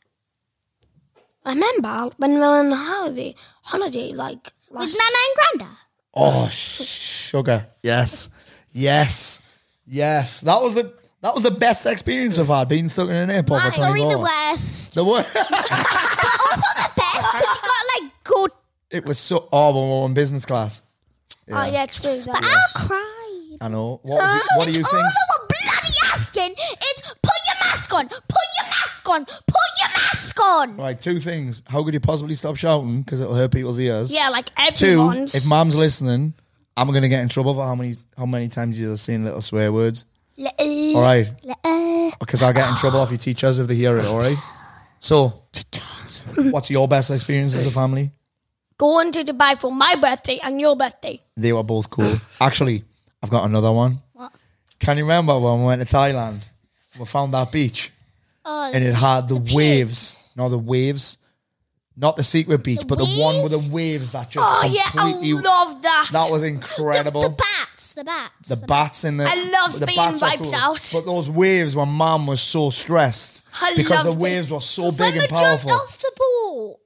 I remember when we were on holiday, holiday like With last Nana and Granda. Oh, sh- sugar. Yes. Yes. Yes. That was the that was the best experience I've had being stuck in an airport for 24 Sorry, the hours. worst. The worst. The best, because you got like go. it was so oh when we were in business class. Oh yeah, true. That. But I cried. I know. What, was it- what do you think? All they were bloody asking is put your mask on, put your mask on, put your mask on. Right, two things. How could you possibly stop shouting? Because it'll hurt people's ears. Yeah, like Two, everyone's. if mom's listening, I'm gonna get in trouble for how many how many times you've seen little swear words. All right, Uh, because I'll get in trouble off your teachers if they hear it. All right. So, what's your best experience as a family? Going to Dubai for my birthday and your birthday. They were both cool. Actually, I've got another one. What? Can you remember when we went to Thailand? We found that beach oh, and it this- had the, the waves. No, the waves. Not the secret beach, but the one with the waves that just Oh yeah, I completely. love that. that was the, incredible. the bats, the bats. The bats in the. I love the being bats are wiped out. But those waves when mum was so stressed I because the loved it. waves were so when big we and jumped powerful. off the boat.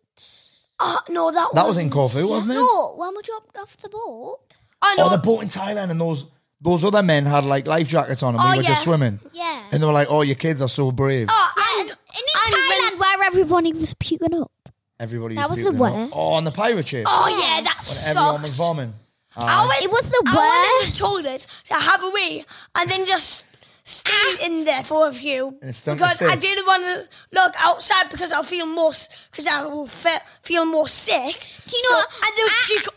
Uh, no, that That was in wasn't. Corfu, wasn't it? No, when we jumped off the boat. I know. Oh, the boat in Thailand and those those other men had like life jackets on and we Oh, were just yeah. swimming. Yeah. And they were like, "Oh, your kids are so brave." Oh, and, And in and Thailand, when- where everybody was puking up. Everybody that was the puking up. worst. Oh, on the pirate ship, oh yeah, that everyone was sucked. vomiting. I went, It was the I went to worst. the toilet to have a wee and then just Ah. stayed in there for a few And it stunk because of I sick. didn't want to look outside because I'll feel more because I will fe- feel more sick. Do you So- know what? Ah, eh. And there was I- puke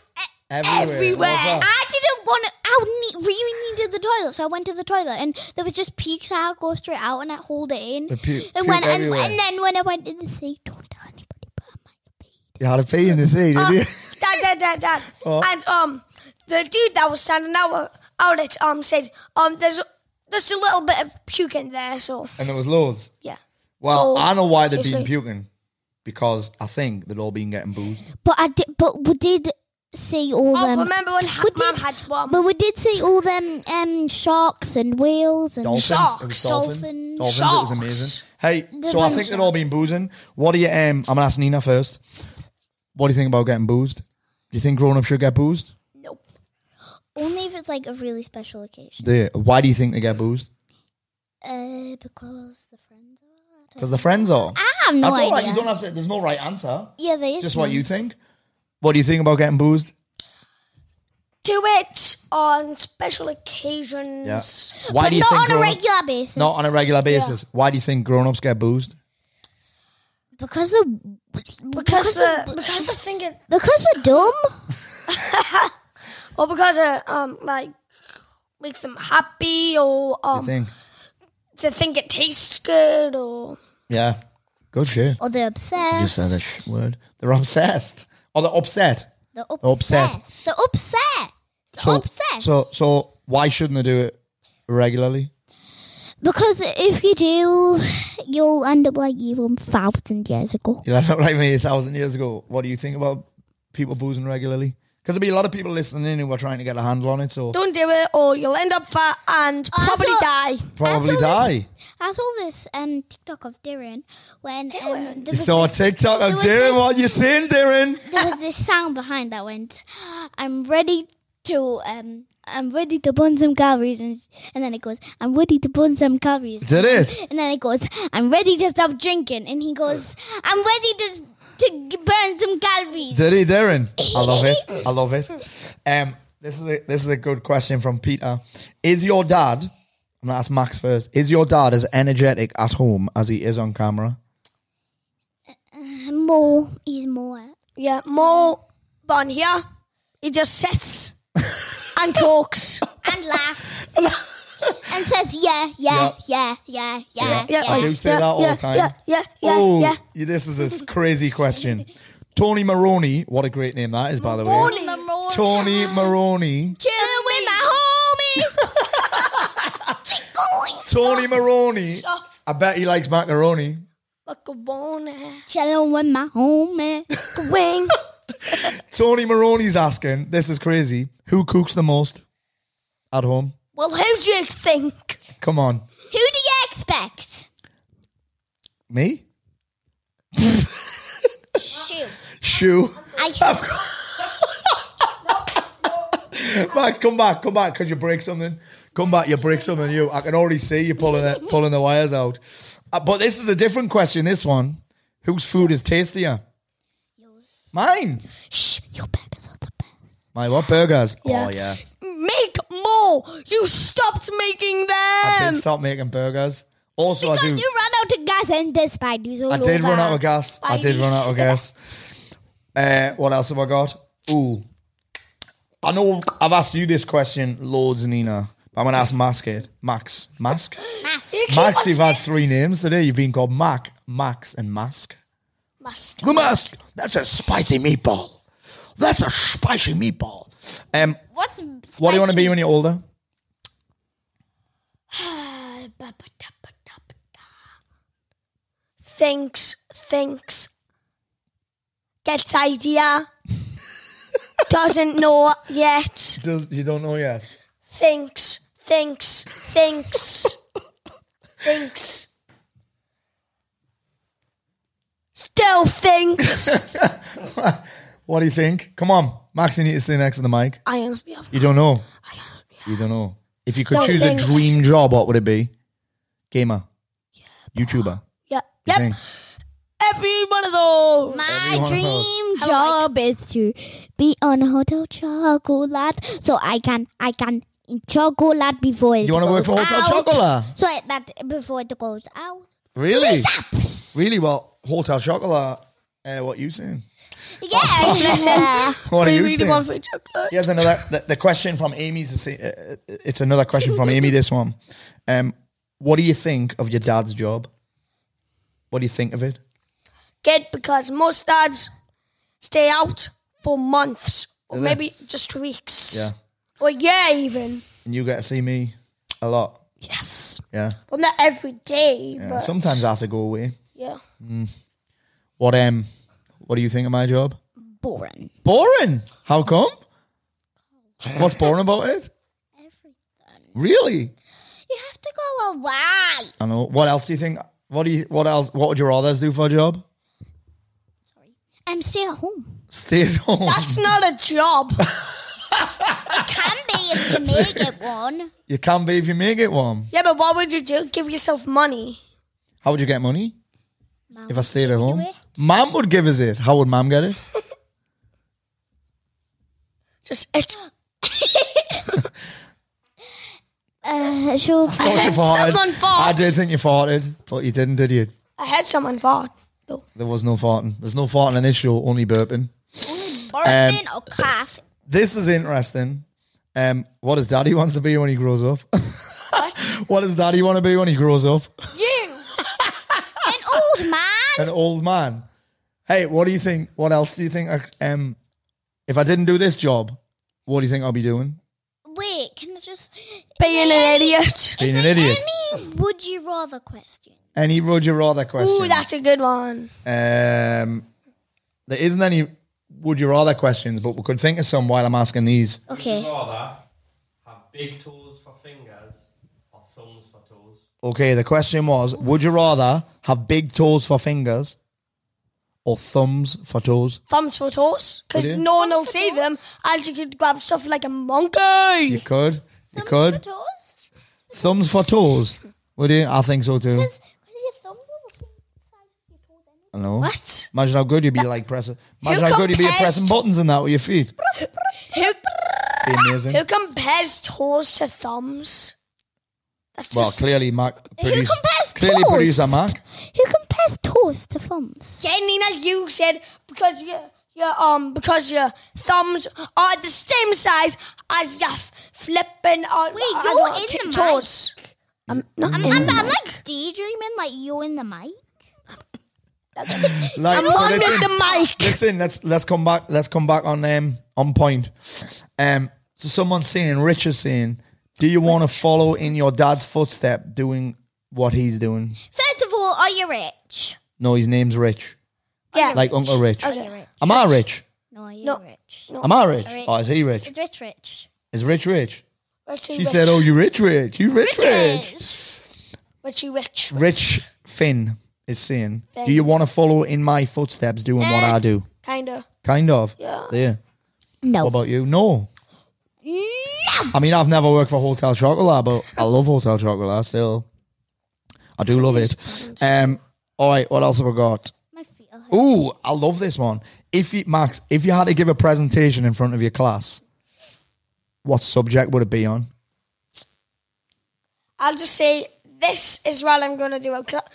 Everywhere. everywhere. Well, I didn't want to. I ne- really needed the toilet, so I went to the toilet, and there was just puke. So I go straight out, and I hold it in, The pu- and puke when and, everywhere. and then when I went in the sea, don't tell anybody, but I might have peed. You had a pee in the sea, did you? dad, dad, dad, dad. Oh. And um, the dude that was standing out out it um said um there's there's a little bit of puke in there, so and there was loads. yeah. Well, So, I know why they'd been seriously. puking because I think they'd all been getting boozed. But I did. But we did see all Oh, them. remember when ha- we Mum did- had one? But we did see all them um, sharks and whales and Dolphins, Sharks. it was dolphins, Dolphins. dolphins. It was amazing. Sharks. Hey, so I bunch think of they'd all been boozing. What do you? Um, I'm gonna ask Nina first. What do you think about getting boozed? Do you think grown ups should get boozed? Nope. only if it's like a really special occasion. They, why do you think they get boozed? Uh, because the friends are. I don't- Because the friends are. I have no That's all right. idea. You don't have to. There's no right answer. yeah, they is Just what none. you think. What do you think about getting boozed? Do it on special occasions. Yeah. Why But do you not think on a grown-up- regular basis. not on a regular basis? Why do you think grown ups get boozed? because the Because the because the finger because they're dumb. or because it um like makes them happy or You um think? they think it tastes good or Yeah. Good shit. Or they're obsessed. You said a sh- word. They're obsessed. Or they're upset. They're Upset. obsessed. They're upset. They're So, obsessed. so so why shouldn't they do it regularly? because if you do, you'll end up like you were thousand years ago. You know, like me a thousand years ago. What do you think about people boozing regularly? Because there'll be a lot of people listening in who are trying to get a handle on it, so don't do it or you'll end up fat and I probably saw- die. probably I saw this- die. I saw this um, TikTok of Darren when um, there You was saw a this- TikTok there of was Darren. this- What you saying, Darren? There was this sound behind that went, "I'm ready to um, I'm ready to burn some calories," and, and then it goes, "I'm ready to burn some calories." Did it? And then it goes, I'm ready to stop drinking. And he goes, I'm ready to to g- burn some calories. Did he, Darren? I love it. I love it. Um, this is a, this is a good question from Peter. Is your dad? I'm gonna ask Max first. Is your dad as energetic at home as he is on camera? more is more. Yeah, more but on here. He just sits and talks. And laughs. and says, yeah, yeah, yeah, yeah, Yeah, yeah, yeah. I do say that all yeah, the time. Yeah, yeah, yeah, oh, yeah. yeah, this is a s- crazy question. Tony Maroney, what a great name that is, by the way. Morning. Tony Maroney. Chilling with my homie. Tony Maroney. I bet he likes macaroni. Macaroni. Chilling with my homie. Wing. Tony Maroney's asking, this is crazy, who cooks the most at home? Well, who do you think? Come on. Who do you expect? Me? Shoot. Shoe? I, Max, come back, come back. Could you break something? Come back, you break something. You, I can already see you pulling it, pulling the wires out. Uh, but this is a different question. This one, whose food is tastier? Mine. shh, your burgers are the best. My what burgers? Yeah. Oh yes. Make more. You stopped making I them. did stop making burgers. Also, I do. Um, Because you ran out of gas and the spiders all I did over. run out of gas. I did run out of gas. Uh, what else have I got? Ooh, I know I've asked you this question loads, Nina. But I'm gonna ask Max it. Max, Mask, Mask. Max. You've had three names today. You've been called Mac, Max, and Mask. Must. The Mask. That's a spicy meatball. That's a spicy meatball. Um, What's what do you want to be when you're older? Thinks. Thinks. Gets idea. Doesn't know yet. Does, you don't know yet. Thinks. Thinks. Thinks. thinks. Still thinks. What do you think? Come on, Max. You need to stay next to the mic. I honestly have. You don't know. You don't know. If you could Don't choose think. a dream job, what would it be? Gamer, YouTuber. Yep. You Yep. think? Every one of those. My Everyone dream job is to be on hotel chocolate, so I can I can eat chocolate before it You want to work goes for Hotel out. Chocolat? So that before it goes out, Really? Oh, Psst. Really? Well, Hotel Chocolat. Uh, what you saying? yeah, What are We you really saying? want free chocolate. Here's another. The, the question from Amy's. the sa- uh, uh, It's another question from Amy. This one. Um, what do you think of your dad's job? What do you think of it? Good because most dads stay out for months or Do they? maybe just weeks. Yeah. Or yeah, even. And you get to see me a lot. Yes. Yeah. Well, not every day, yeah. but Sometimes I have to go away. yeah. What um? What do you think of my job? boring. Boring. How come? What's boring about it? Really? You have to go away. I know. What else do you think? What do you? What else? What would your others do for a job? And stay at home. Stay at home. That's not a job. Can be if you make it one. you can be if you make it one. yeah, but what would you do? Give yourself money. How would you get money if I stayed at home? it. Mom would give us it. How would mom get it? Just eh, it. Uh, sure. Oh, you farted. someone farted. I did think you farted, but you didn't, did you? I had someone fart though. There was no farting. There's no farting in this show, only burping. Burping or cough. This is interesting. Um, what does daddy wants to be when he grows up? what does daddy want to be when he grows up? An old man. An old man. Hey, what do you think? What else do you think? I, um, if I didn't do this job, what do you think I'll be doing? Wait, can I just Being an idiot. Being Is an there idiot. Any would you rather question? Any would you rather question? Ooh, that's a good one. Um, there isn't any would you rather questions, but we could think of some while I'm asking these. Okay. rather have big toes for fingers or thumbs for toes? Okay, the question was would you rather have big toes for fingers or thumbs for toes? Thumbs for toes, because Would you? no one will see them, and you could grab stuff like a monkey. You could. You could. Toes? Thumbs for toes. Would you? I think so too. Because your thumbs are the same size as your toes anyway. I know. What? Imagine how good you'd be like pressing. Imagine how good you'd be at compares pressing to- buttons and that with your feet. Who, Be amazing. who compares toes to thumbs? That's just Well, clearly, Mac. Produce, Who compares clearly, toast? producer Mac. Who compares toast to thumbs? Yeah, Nina, you said because your your um because your thumbs are the same size as your f- flipping on. Wait, on you're your in t- the toes. I'm, I'm, I'm like daydreaming, like you in the mic. Like, I'm so on with listen, the mic. listen, let's let's come back. Let's come back on um on point. Um, so someone's saying, Rich is saying, do you want to follow in your dad's footstep doing what he's doing? First of all, are you rich? No, his name's Rich, Yeah, like Uncle Rich. Are you rich? Am I rich? No, you're No. rich. No. Am I rich? Rich. Oh, is he rich? It's rich, rich. Is rich rich? Richie She rich. said, "Oh, you rich rich? You rich rich?" Rich. Richie rich. Rich Finn is saying, "Do you want to follow in my footsteps, doing what I do?" Kinda. Kind of. Eh. Yeah. There. What No. about you? No. No. I mean, I've never worked for Hotel Chocolat, but I love Hotel Chocolat still. I do love it. Um. All right. What else have I got? My feet are hurt. Ooh, I love this one. If you, Max, if you had to give a presentation in front of your class, what subject would it be on? I'll just say this is what I'm going to do a cl-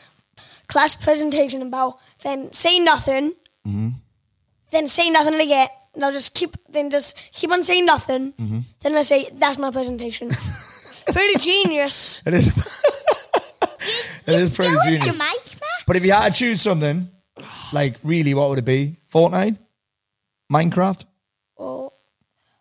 class presentation about. Then say nothing. Mm-hmm. Then say nothing again. And I'll just keep then just keep on saying nothing. Mm-hmm. Then I say that's my presentation. Pretty genius. It is. it is pretty Still in your genius. mic, Max. But if you had to choose something, like really, what would it be? Fortnite, Minecraft. Or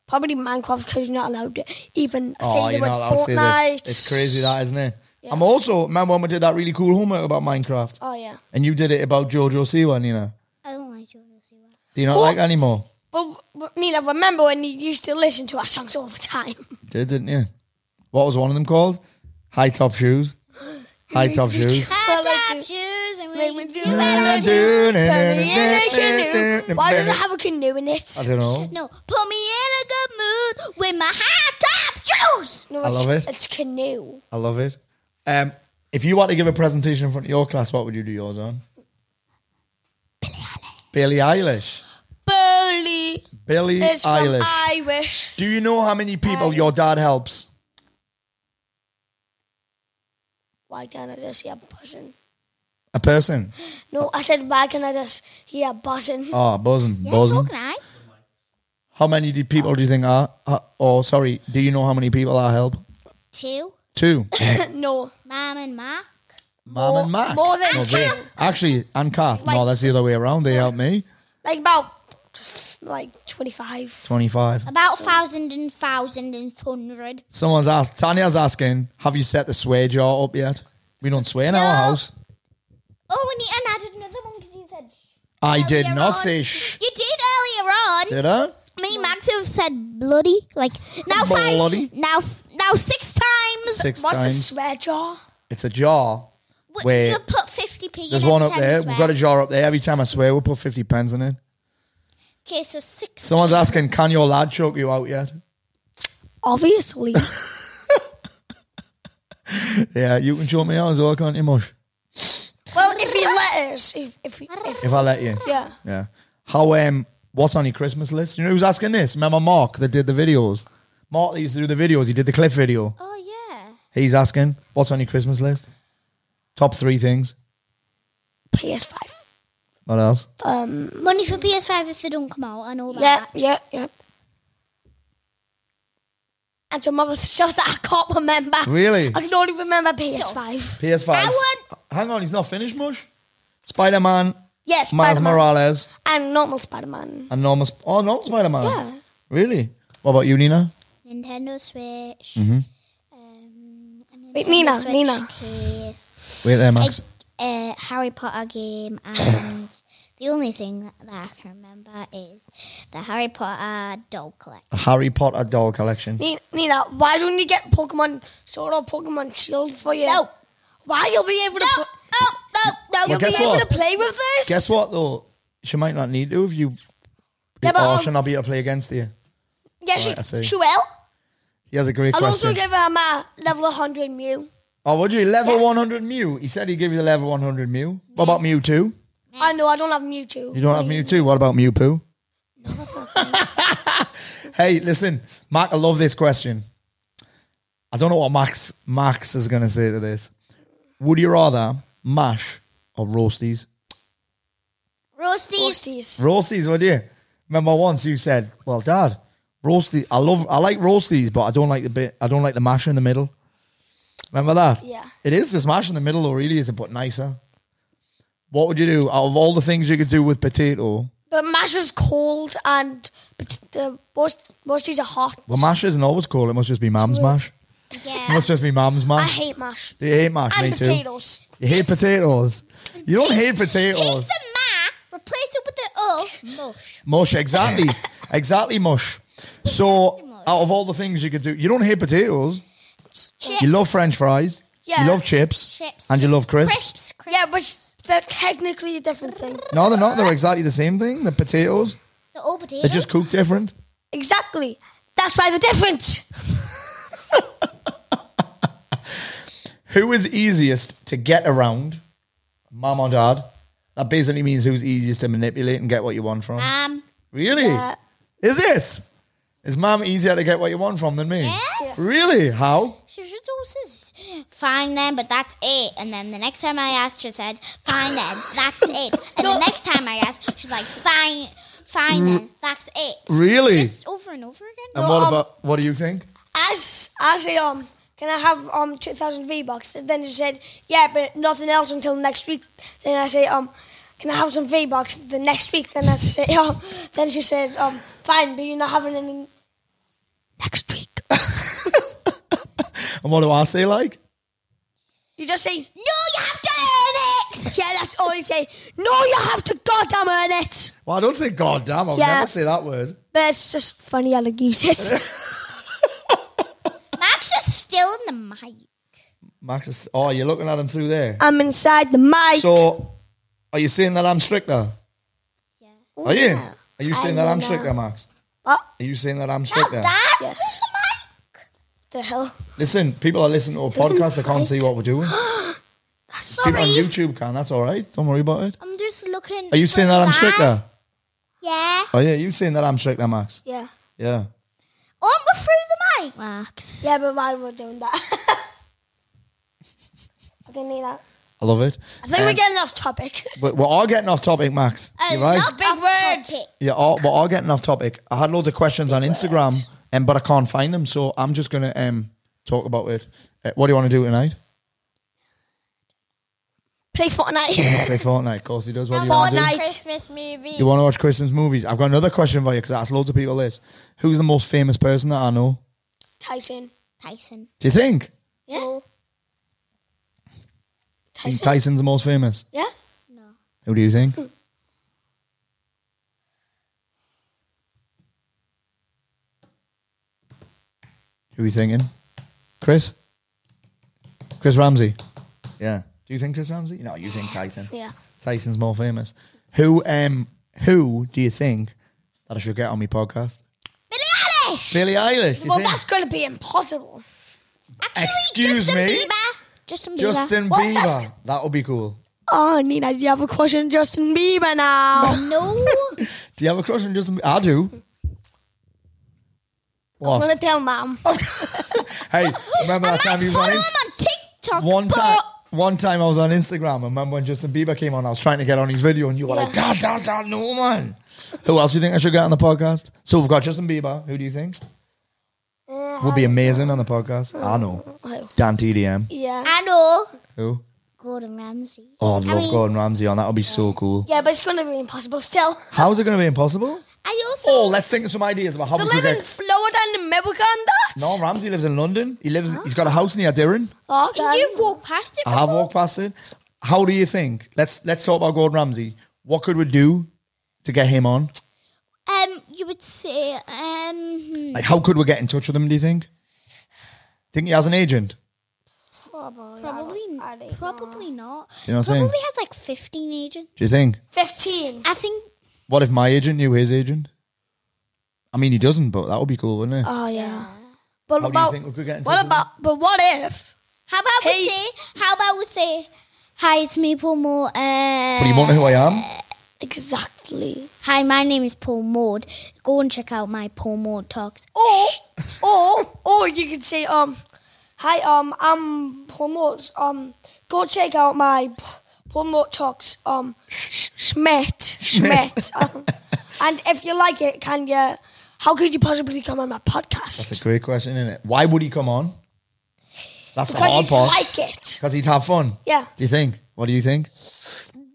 probably Minecraft because you're not allowed to even Oh, say you the word know, I'll say that. Fortnite. It's crazy, that isn't it? I'm also remember when we did that really cool homework about Minecraft, Oh yeah. and you did it about JoJo Siwa, Nina. I don't like Jonas Siwa. Do you not Cool. like that anymore? But, but Nina, remember when you used to listen to our songs all the time? You did didn't you? What was one of them called? High top shoes. High top shoes. High like top to- shoes and Make we me can do do it it. on you. Put me in a canoe. Why does it have a canoe in it? I don't know. No, put me in a good mood with my high top shoes. No, I it's- love it. It's canoe. I love it. Um, if you want to give a presentation in front of your class, what would you do yours on? Billie Eilish. Burley Billie is from Eilish. Irish. do you know how many people your dad helps? Why can't I just hear buzzing? A person. No, I said why can't I just hear buzzing? Oh, buzzing, Yeah, so buzzing. can I? How many do people do you think are? Uh, oh, sorry. Do you know how many people I help? Two, Two. no, Mom and Mark. Mom and Mac. more than No, they- ten. Actually, and Kath. no, Like- that's the other way around. They help me. like about like twenty-five. Um, 25. About thousand and thousand and hundred. Someone's asked, Tanya's asking, have you set the swear jar up yet? We don't swear in our No. house. Oh, and, he, and I did another one because you said. sh- I did earlier not on. say shh. You did earlier on. Did I? Me, and Max have said bloody like now five, Bloody. now f- now six times. Six What's the times. swear jar? It's a jar. W- Wait. You put fifty p. There's one up there. We've got a jar up there. Every time I swear, we'll put 50 pence in it. Okay, so six. Someone's asking, can your lad choke you out yet? Obviously, Yeah, you can choke me out as well, can't you, Mush? well, if he let us, if if, he- if If I let you. yeah, Yeah. How um what's on your Christmas list? You know who's asking this? Remember Mark that did the videos? Mark that used to do the videos, he did the clip video. Oh yeah. He's asking, what's on your Christmas list? Top three things. PS5. What else? Money for PS5 if they don't come out and all that. Yeah, yeah, yeah. And some other stuff that I can't remember. Really? I can only remember PS5. PS5. I want- Hang on, he's not finished, Mush. Spider Man, yes, Miles Spider-Man. Morales, And normal Spider-Man. and normal Sp- Oh normal Spider Man. Yeah. Really? What about you, Nina? Nintendo Switch. Mm-hmm. Um, a Wait, Nintendo Nina, Switch Nina. Case, Wait there, a, Max. a Harry Potter game, and the only thing that, that I can remember is the Harry Potter doll collect. A Harry Potter doll collection. Ni- Nina, why don't you get Pokemon Sword or Pokemon Shield for you? No. Why you'll be able to? pl- Oh no, no! Well, You'll guess be able what? to play with this. Guess what though? She might not need to if you Yeah, but Oh, I'll- she'll not be able to play against you. Yes, Right, I see. she, she will. He has a great I'll question. also give her my level 100 Mew. Oh, would you? Level 100 Mew. He said he'd give you the level 100 Mew. What about Mew 2? I know I don't have You Mewtwo. don't have Mew 2. What about Mew Poo? hey, listen, Mark, I love this question. I don't know what Max Max is going to say to this. Would you rather mash or roasties? Roasties. Roasties. Roasties, would you? Remember once you said, "Well, Dad, roasties. I love. I like roasties, but I don't like the bit. I don't like the mash in the middle." Remember that? Yeah. It is this mash in the middle, though. Really, is a but nicer. What would you do out of all the things you could do with potato? But mash is cold and but the roast- roasties are hot. Well, mash isn't always cold. It must just be mam's mash. It Yeah. must just be mam's I mash. hate mash. Do you hate mash? And Me too. potatoes. You hate potatoes. You don't hate Take the potatoes. ma, replace it with the o, Mo, mush. Mush, exactly. exactly mush. So, out of all the things you could do, you don't hate potatoes. Chips. You love french fries. Yeah. You love chips. Chips. And you love crisps. crisps. crisps. Yeah, but they're technically a different thing. No, they're not. They're exactly the same thing. The potatoes. They're all potatoes. They're just cooked different. Exactly. That's why they're different. Who is easiest to get around? Mom or dad? That basically means who's easiest to manipulate and get what you want from. Uh, Um, Really? Is it? Is mom easier to get what you want from than me? Yes. Really? How? she should also s- fine then, but that's it. And then the next time I asked, she said, fine then, that's it. And the next time I asked, she's like, fine, fine then, that's it. Mm. Really? Just over and over again. and um, what about what do you think? As I say, um, can I have um two thousand V bucks? And then she said, yeah, but nothing else until next week. Then I say, um, can I have some V bucks the next week? Then I say, um, then she says, um, fine, but you're not having any next week. And what do I say like? You just say, No, you have to earn it. yeah, that's all you say. No, you have to goddamn earn it. Well, I don't say god damn, I'll Yeah. never say that word. But it's just funny how you use it. Oh, Max is still in the mic. Max is oh, you're looking at him through there. I'm inside the mic. So are you saying that I'm stricter? Yeah. Are you? Are you saying that I'm know. stricter, Max? What? Are you saying that I'm Oh, stricter? that's Yes. the hell? Listen, people are listening to a podcast, they can't see what we're doing. people on sorry. YouTube can, that's all right. Don't worry about it. I'm just looking. Are you for saying that I'm stricter? Yeah. Oh, yeah, you saying that I'm stricter, Max. Yeah. Yeah. Oh, we're through the mic, Max. Yeah, but why we're doing that? I didn't need that. I love it. Um, I think we're getting off topic. But we're all getting off topic, Max. A You're right. lot Big of words. topic. Yeah, all, we're all getting off topic. I had loads of questions on Instagram, um, but I can't find them, so I'm just going to um, talk about it. Uh, what do you want to do tonight? Play Fortnite. Play Fortnite, of course he does. What do you want to do? Fortnite. Christmas movie. You want to watch Christmas movies? I've got another question for you because I asked loads of people this. Who's the most famous person that I know? Tyson. Tyson. Do you think? Yeah. Think Tyson. Tyson's the most famous? Yeah. Who do you think? Hmm. Who are you thinking? Chris? Chris Ramsey? Yeah. Do you think Chris Ramsey? No, you think Tyson. Yeah. Tyson's more famous. Who um who do you think that I should get on my podcast? Billie Eilish. Billie Eilish. do you Well, think? that's going to be impossible. Actually, Excuse Justin me? Bieber. Justin Bieber. Justin Well, that's- Bieber. That would be cool. Oh, Nina, do you have a question, Justin Bieber now? No. Do you have a crush on Justin? Bieber? I do. I'm What? going to tell mum. Hey, remember that Oh, time you was on Instagram? Follow him on TikTok. One but- time, one time I was on Instagram. I remember when Justin Bieber came on. I was trying to get on his video, and you were like, "Dad, dad, dad, no man." Who else do you think I should get on the podcast? So we've got Justin Bieber. Who do you think would be amazing on the podcast? I know Dan TDM. Yeah. I know. Who? Gordon Ramsay. Oh, I'd love mean- Gordon Ramsay on. That would be so cool. Yeah, but it's going to be impossible still. How is it going to be impossible? I also. Oh, let's think of some ideas about how They we could live in get. Florida and America and that. No, Ramsey lives in London. He lives. He's got a house near Derrin. Oh, God. You've walked past it. I have before. walked past it. How do you think? Let's let's talk about Gordon Ramsay. What could we do to get him on? Um, you would say um, Like, how could we get in touch with him? Do you think? Think he has an agent? Probably. probably, I don't know. probably not. You know what I probably think? has like fifteen agents. Do you think? 15. I think. What if my agent knew his agent? I mean, he doesn't, but that would be cool, wouldn't it? Oh, yeah. But how about, do you think we could get in touch? what with him? about, but what if? How about Hey. we say? How about we say? Hi, it's me, Paul Moore. Uh, But he won't know who I am. Exactly. Hi, my name is Paul Maud. Go and check out my Paul Maud talks. Or, or, or you could say, um, hi, um, I'm Paul Mort. Um, go check out my P- Paul Mort talks. Um, Schmidt, Schmidt. um, and if you like it, can you? How could you possibly come on my podcast? That's a great question, isn't it? Why would he come on? That's the Because hard you part. like it. Because he'd have fun. Yeah. Do you think? What do you think?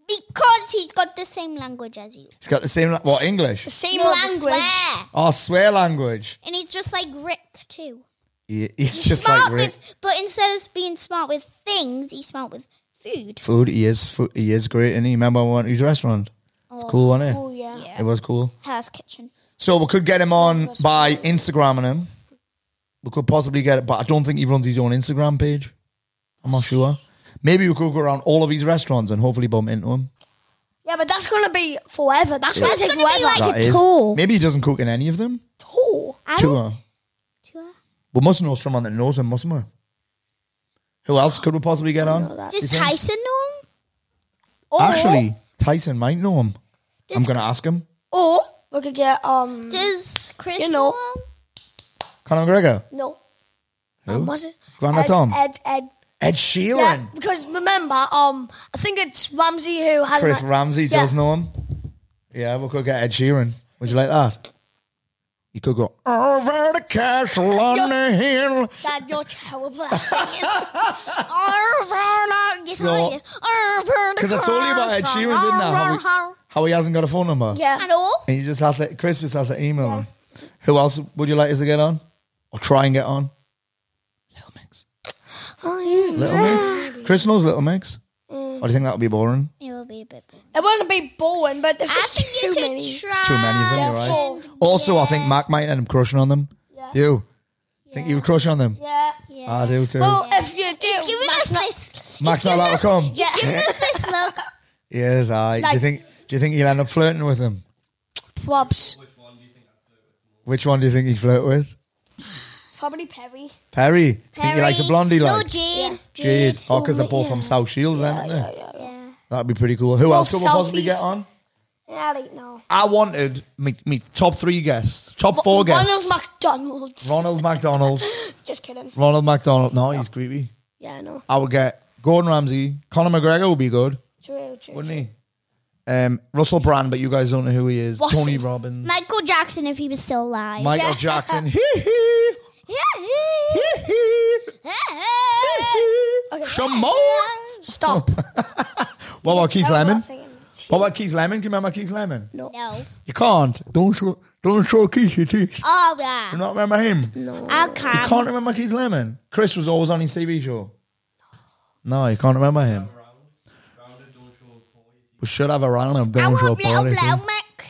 Because he's got the same language as you. He's got the same. la- What English? Same No, the language. swear. Oh, swear language. And he's just like Rick too. He, he's just smart like Rick. with but instead of being smart with things, he's smart with food. Food, he is, food, he is great, and he remember I went to his restaurant. It's cool, wasn't it? Oh, yeah. Yeah. It was cool. Hell's Kitchen. So we could get him on by Instagramming him. We could possibly get it, but I don't think he runs his own Instagram page. I'm not sure. Maybe we could go around all of his restaurants and hopefully bump into him. Yeah, but that's going to be forever. That's going to take gonna be forever. like- That is. tour. Maybe he doesn't cook in any of them. Cool. I don't- Tour. Tour? We must know someone that knows him, mustn't we? Who else could we possibly get on? Does Tyson know him? Actually, Tyson might know him. I'm Just- going to ask him. Or we could get, um, Does Chris You know. know him? Conor McGregor. no. Who? Um, was it? Grandma Ed, Tom. Ed, Ed. Ed Yeah, Sheeran. because remember, um, I think it's Ramsey who had Chris an- Ramsey yeah. does know him. Yeah, we could get Ed Sheeran. Would you like that? You could go over the castle on the hill. Dad, you're terrible at singing. So- Because Because I told you about Ed Sheeran, didn't I? How, we- how he hasn't got a phone number. yeah. At all? And you just has to, Chris just has to email him. Who else would you like us to get on? Or try and get on? Little Mix. Little Mix. Chris knows Little Mix. Or do you think that would be boring? It will be a bit. boring. It wouldn't be boring, but there's I just think you too many. should try. Too many of them, you're right. and- Also, I think yeah, Mac might end up crushing on them. Do you? Think you would crush on them? yeah. Yeah. I do too. Well, if you do, He's giving Max us Max this. he's not giving allowed to us- come. He's giving us this look. Yes, I. do you Like- think? Do you think he'll end up flirting with him? props. Which one do you think he'd flirt with? Probably Perry. Perry. Think he likes a Perry. blondie, No, like Jade. Jade. Jade. Oh, because they're both from South Shields, then. aren't they? Yeah. That'd be pretty cool. Who else could we possibly Southies. get on? I don't know. I wanted me, me top three guests, top four guests. Ronald McDonald's. Ronald McDonald. Just kidding. Ronald McDonald. No, he's creepy. Yeah, I know. I would get Gordon Ramsay. Conor McGregor would be good, True, true. wouldn't he? Um, Russell Brand, but you guys don't know who he is. Russell. Tony Robbins. Michael Jackson, if he was still alive. Michael Yeah. Jackson. Hee hee. Yeah. Hee hee. Okay. Come on. Oh Stop. What about Keith I'm Lemon? not singing. What about Keith Lemon? Can you remember Keith Lemon? No. You can't. Don't show, don't show Keith your teeth. Oh, You yeah. not remember him? I You can't. can't remember Keith Lemon. Chris was always on his TV show. No, you can't remember him. We should have a random I don't show want little party. little thing. Mac.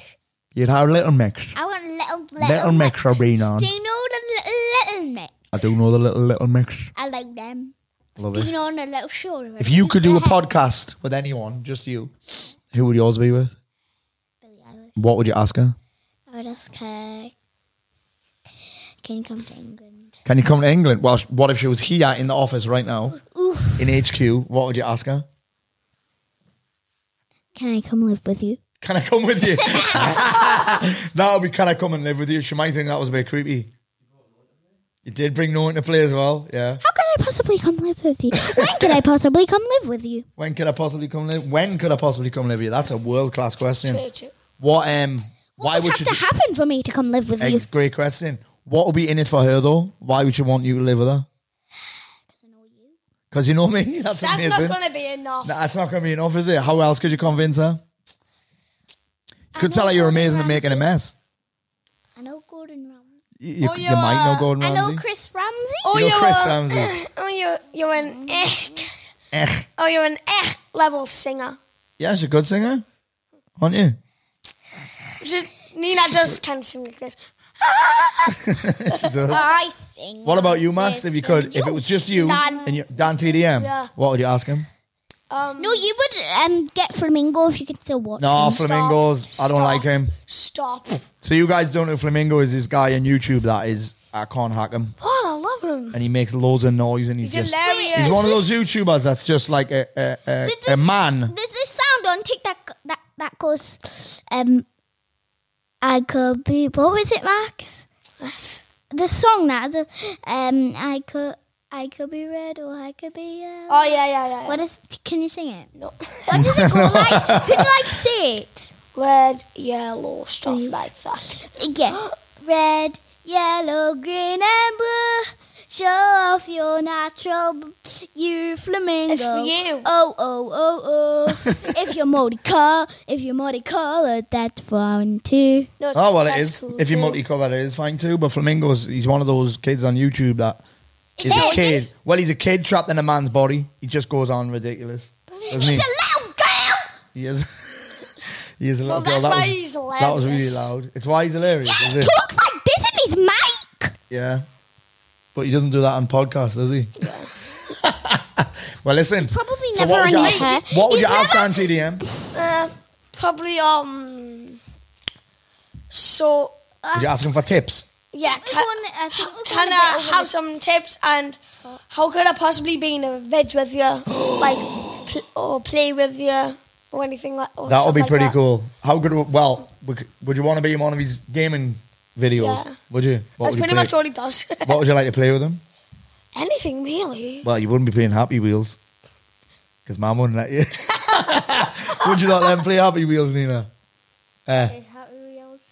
You'd have Little Mix. I want little little, Little Mac. Mix are being on. Do you know the little little Mac? I do know the little Little Mix. I like them. Love Being it. on a little show. If you could do a podcast with anyone, just you, who would yours be with? What would you ask her? I would ask her, can you come to England? Can you come to England? Well, sh- what if she was here in the office right now, in HQ? What would you ask her? Can I come live with you? Can I come with you? that would be, can I come and live with you? She might think that was a bit creepy. You did bring Noah into play as well, yeah. How could I possibly come live with you? When could I possibly come live with you? When could I possibly come live? When could I possibly come live with you? That's a world class question. True, true. What, um, why What would would she? have to happen for me to come live with you? Ex- great question. What would be in it for her though? Why would she want you to live with her? Because you know me. That's, That's amazing. not going to be enough. Nah, That's not going to be enough, is it? How else could you convince her? You could I tell her know you're Gordon amazing at making a Ramsay. mess. I know Gordon Ramsay. You, you, Oh, you you might know are- Gordon I Ramsay. know Chris oh, Ramsay. You know you're Chris a- Ramsay. Oh, you're, you're an Mm. eh. Eh. Oh, you're an eh level singer. Yeah, she's a good singer, aren't you? Just, Nina just can sing like this. She does. I sing. What about you, Max? If you could, if it was just you Dan. and you, Dan TDM, Yeah. what would you ask him? Um, No, you would um, get Flamingo if you could still watch. No, him. flamingos. I don't Stop. like him. Stop. So you guys don't know Flamingo is this guy on YouTube that is I can't hack him, Oh, I love him. and he makes loads of noise, and he's, He's just hilarious. he's one of those YouTubers that's just like a a, a, This a is- man. There's this sound on TikTok that that goes, um, I could be. What was it, Max? Yes. The song that, the, um, I could, I could be red or I could be. Uh, Oh, yeah, yeah, yeah. yeah. what is? Can you sing it? No. What does it go like? People like say it. Red, yellow, stuff Mm-hmm. like that. Yeah. Red, yellow, green, and blue. Show off your natural, b- you flamingo. It's for you. Oh, oh, oh, oh. if you're multicol, if you're multicolored, that's fun too. No, it's- Oh well, it that's is. cool if you too. multicolor, it is fine too. But flamingos, he's one of those kids on YouTube that is No, a it kid. is- Well, he's a kid trapped in a man's body. He just goes on ridiculous, doesn't He's he? a little girl. He is. He is a little Well, girl. that's That why was, he's That was really hilarious. loud. It's why he's hilarious. Yeah, is he it? talks like this in his mic. Yeah. But he doesn't do that on podcasts, does he? well, listen. Probably so never what would on you your ask- hair. What would He's you ask never- Dan TDM? Uh, probably um. So uh, Would you ask him for tips? yeah, We're can, going- I think we're can going a I bit over have the- some tips? And how could I possibly be in a veg with you, like pl- or play with you or anything like? Or That would stuff be like pretty that. cool. How good? would- Well, would would you want to be in one of his gaming videos? Yeah. Would you? What would That's you pretty play- much all he does. What would you like to play with him? anything really? Well, you wouldn't be playing Happy Wheels because Mum wouldn't let you. would you not let him play Happy Wheels, Nina?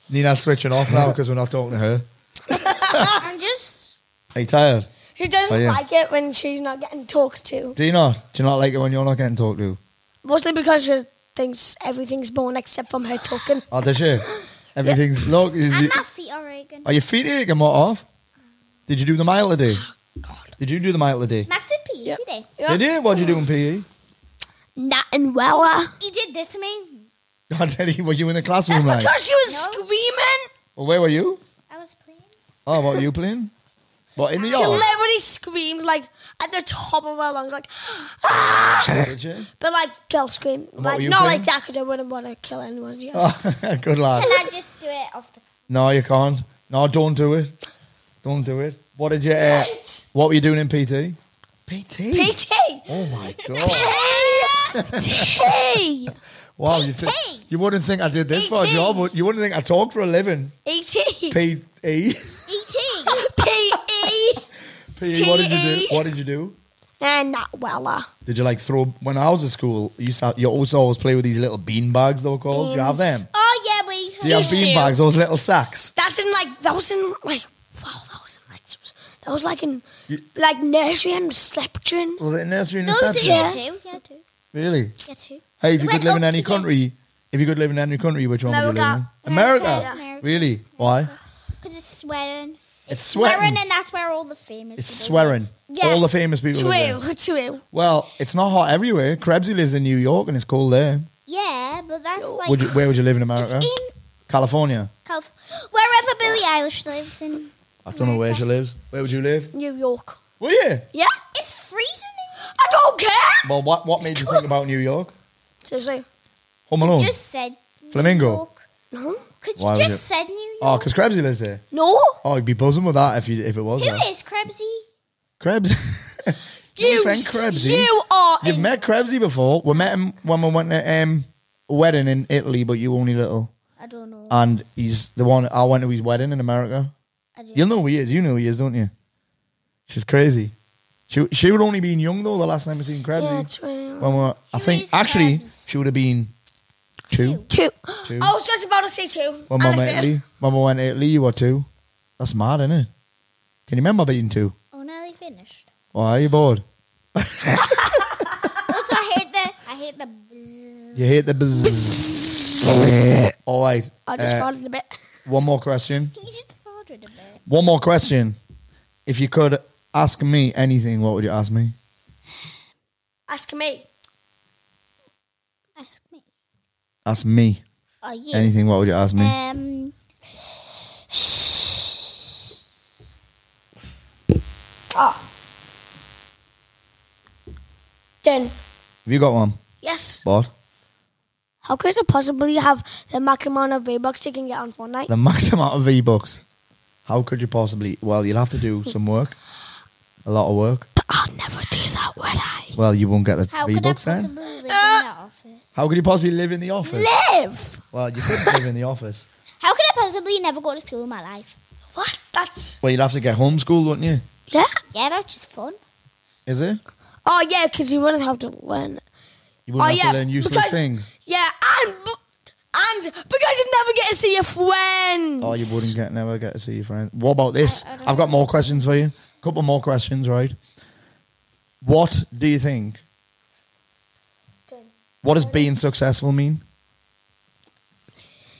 Nina's switching off now because we're not talking to her. I'm just. Are you tired? She doesn't Oh, yeah. like it when she's not getting talked to, Do you not? Do you not like it when you're not getting talked to? mostly because she thinks everything's boring except from her talking. Oh, does she? Everything's look. Is And you, my feet are aching. are your feet aching? What off? Did you do the mile today? Oh, Did you do the mile today? Max did pee Yeah. today. Did you? What did you do in E? PE? Nat and Wella. He did this to me. God, Teddy, were you in the classroom, like? Because she was No. screaming. Well, where were you? I was playing. Oh, what were you playing? What in the She yard? literally screamed like at the top of her lungs, like, "Ah!" Did you? but like girl scream, like were you Ah. not playing? like that because I wouldn't want to kill anyone. Yes. Good lad. Can I just do it off the. No, you can't. No, don't do it. Don't do it. What did you? Uh, what were you doing in PT? PT. PT. Oh my god! PT. Wow, you thi- PT. you wouldn't think I did this for a PT. job. would- You wouldn't think I talked for E? a living. PT. PT. PE. E ET. E. PE. E, What did you do? TE. What did you do? And uh. Nat Wella. Did you like throw? When I was at school, you used to, you also always play with these little bean bags. They were called. Do you have them? Beans. Oh, yeah, we. Do you have bean bags? Those little sacks. That's in like that was in like wow that was in like that was like in like nursery and reception. Was it in nursery and No, it's reception? in year two. Yeah, two. Really? Yeah, two. Hey, if you It could went live in up any to year country, if you could live in any country, which one would you live in? America. America. America, yeah. Really? Why? Because it's sweating. It's Swearing, swearing. and that's where all the famous. It's people live. swearing. Yeah. All the famous people. live there. True, true. Well, it's not hot everywhere. Krebsy lives in New York and it's cold there. Yeah, but that's like. Would you, where uh, would you live in it's America? in California. Calif- wherever Billie Eilish lives in. I don't know where she lives. Where would you live? New York. Would you? Yeah. It's freezing. I don't care. Well, what, what made you think about New York? Seriously. Home In- Alone. you just said Flamingo. No. Because Why you would just it- said New Oh, York. because Krebsy lives there. No. Oh, you'd be buzzing with that if you if it was. Who there. is Krebsy? Krebs. You. friend s- Krebsy. You are. You've a- met Krebsy before. We met him when we went to um, a wedding in Italy, but you were only little. I don't know. And he's the one I went to his wedding in America. I don't You'll know who he is. You know who he is, don't you? She's crazy. She she would only been young though. The last time we seen yeah, Krebsy, true. when we were- I She think raised actually Krebs. she would have been two Two. I was just about to say two. when Mum and I went to said- Italy. When we went to Italy, you were two. That's mad, isn't it? Can you remember being two? Oh, nearly finished. Why are you bored? Also, I hate the. I hate the. bzzz. You hate the buzz. All right. I just uh, farted a bit. one more question. He just farted a bit. One more question. If you could ask me anything, what would you ask me? Ask me. Ask me. Ask me Oh yeah. anything. What would you ask me? Um. Then Have you got one? yes. What? How could I possibly have the max amount of V bucks you can get on Fortnite? The max amount of V bucks. How could you possibly? Well, you'll have to do some work. A lot of work. But I'll never do that, would I? Well, you won't get the How V could I bucks possibly then. live in the office? How could you possibly live in the office? Live. Well, you couldn't live in the office. How could I possibly never go to school in my life? What? That's Well, you'd have to get homeschooled, wouldn't you? yeah. Yeah, that's just fun. Is it? Oh yeah, because you wouldn't have to learn. You wouldn't oh have yeah, to learn useless because, things. Yeah, and bu- and because you never get to see your friends. Oh, you wouldn't get never get to see your friends. What about this? I've got more questions for you. Couple more questions, right? What do you think? What does being successful mean?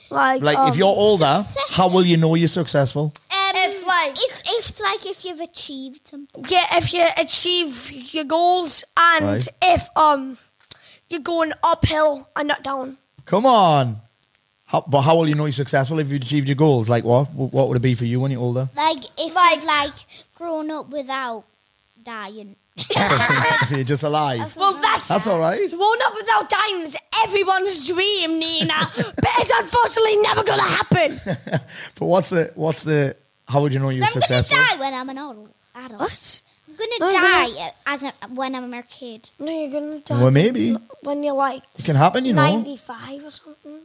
Like, Like, if um, you're older, success- how will you know you're successful? Um, If, like- it's it's like if you've achieved something. yeah, if you achieve your goals and Right. if um you're going uphill and not down. Come on, How, but how will you know you're successful if you achieved your goals? Like what? What would it be for you when you're older? Like if like, you've like grown up without dying. if you're just alive. Well, that's That's all right. grown up without dying is everyone's dream, Nina. but it's unfortunately never gonna happen. But what's the what's the? How would you know you're I'm gonna successful? die when I'm an adult. adult. What? I'm gonna No, die no. as a, when I'm a kid. No, you're gonna die. Well, maybe. when you're like It can happen, you know. ninety-five or something.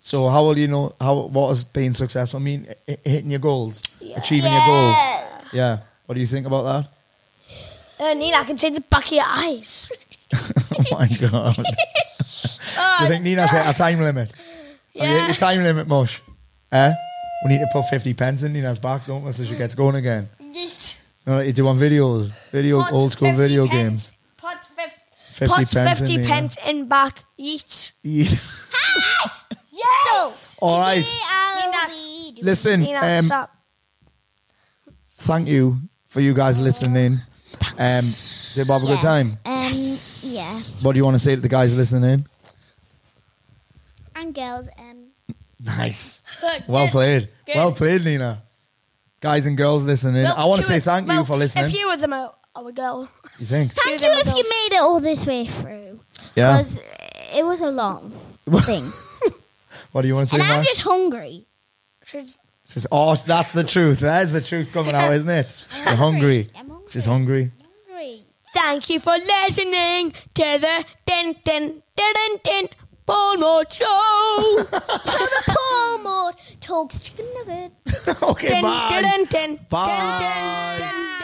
So how will you know how what does being successful mean? H- hitting your goals, achieving your goals. Yeah. What do you think about that? Uh, Nina, I can see the back of your eyes. Oh my god. do Oh, you think Nina's hit a time limit? Have you hit your time limit, Mosh? Eh? We need to put 50 pence in Nina's back, don't we? So she gets going again. Yes. No, like you do on videos. Video, Pots old school 50 video pence. games. Pots fif- 50 pots pence in 50 Nina. pence in back. Yeet. Yeet. Yes. All right. Today I'll Nina's- be doing- Listen, Nina, um, stop. thank you for you guys listening. Um, did Bob have a good time? Um, What do you want to say to the guys listening in? yeah, and girls. Um, Nice. Well played. Well played, Nina. Guys and girls listening, Well, I want to two say of- thank you well, for listening. A few of them are, are a girl. you think? thank them you if you adults. made it all this way through. Yeah. 'Cause it was a long thing, What do you want to say, and I'm Mark? just hungry. She's- She's, oh, that's the truth. There's the truth coming out, isn't it? You're hungry. I'm hungry. She's hungry. Hungry. Thank you for listening to the din din din din din Balmore show. Paul Maud talks chicken nuggets. okay, Din bye. din din din din Bye. din din.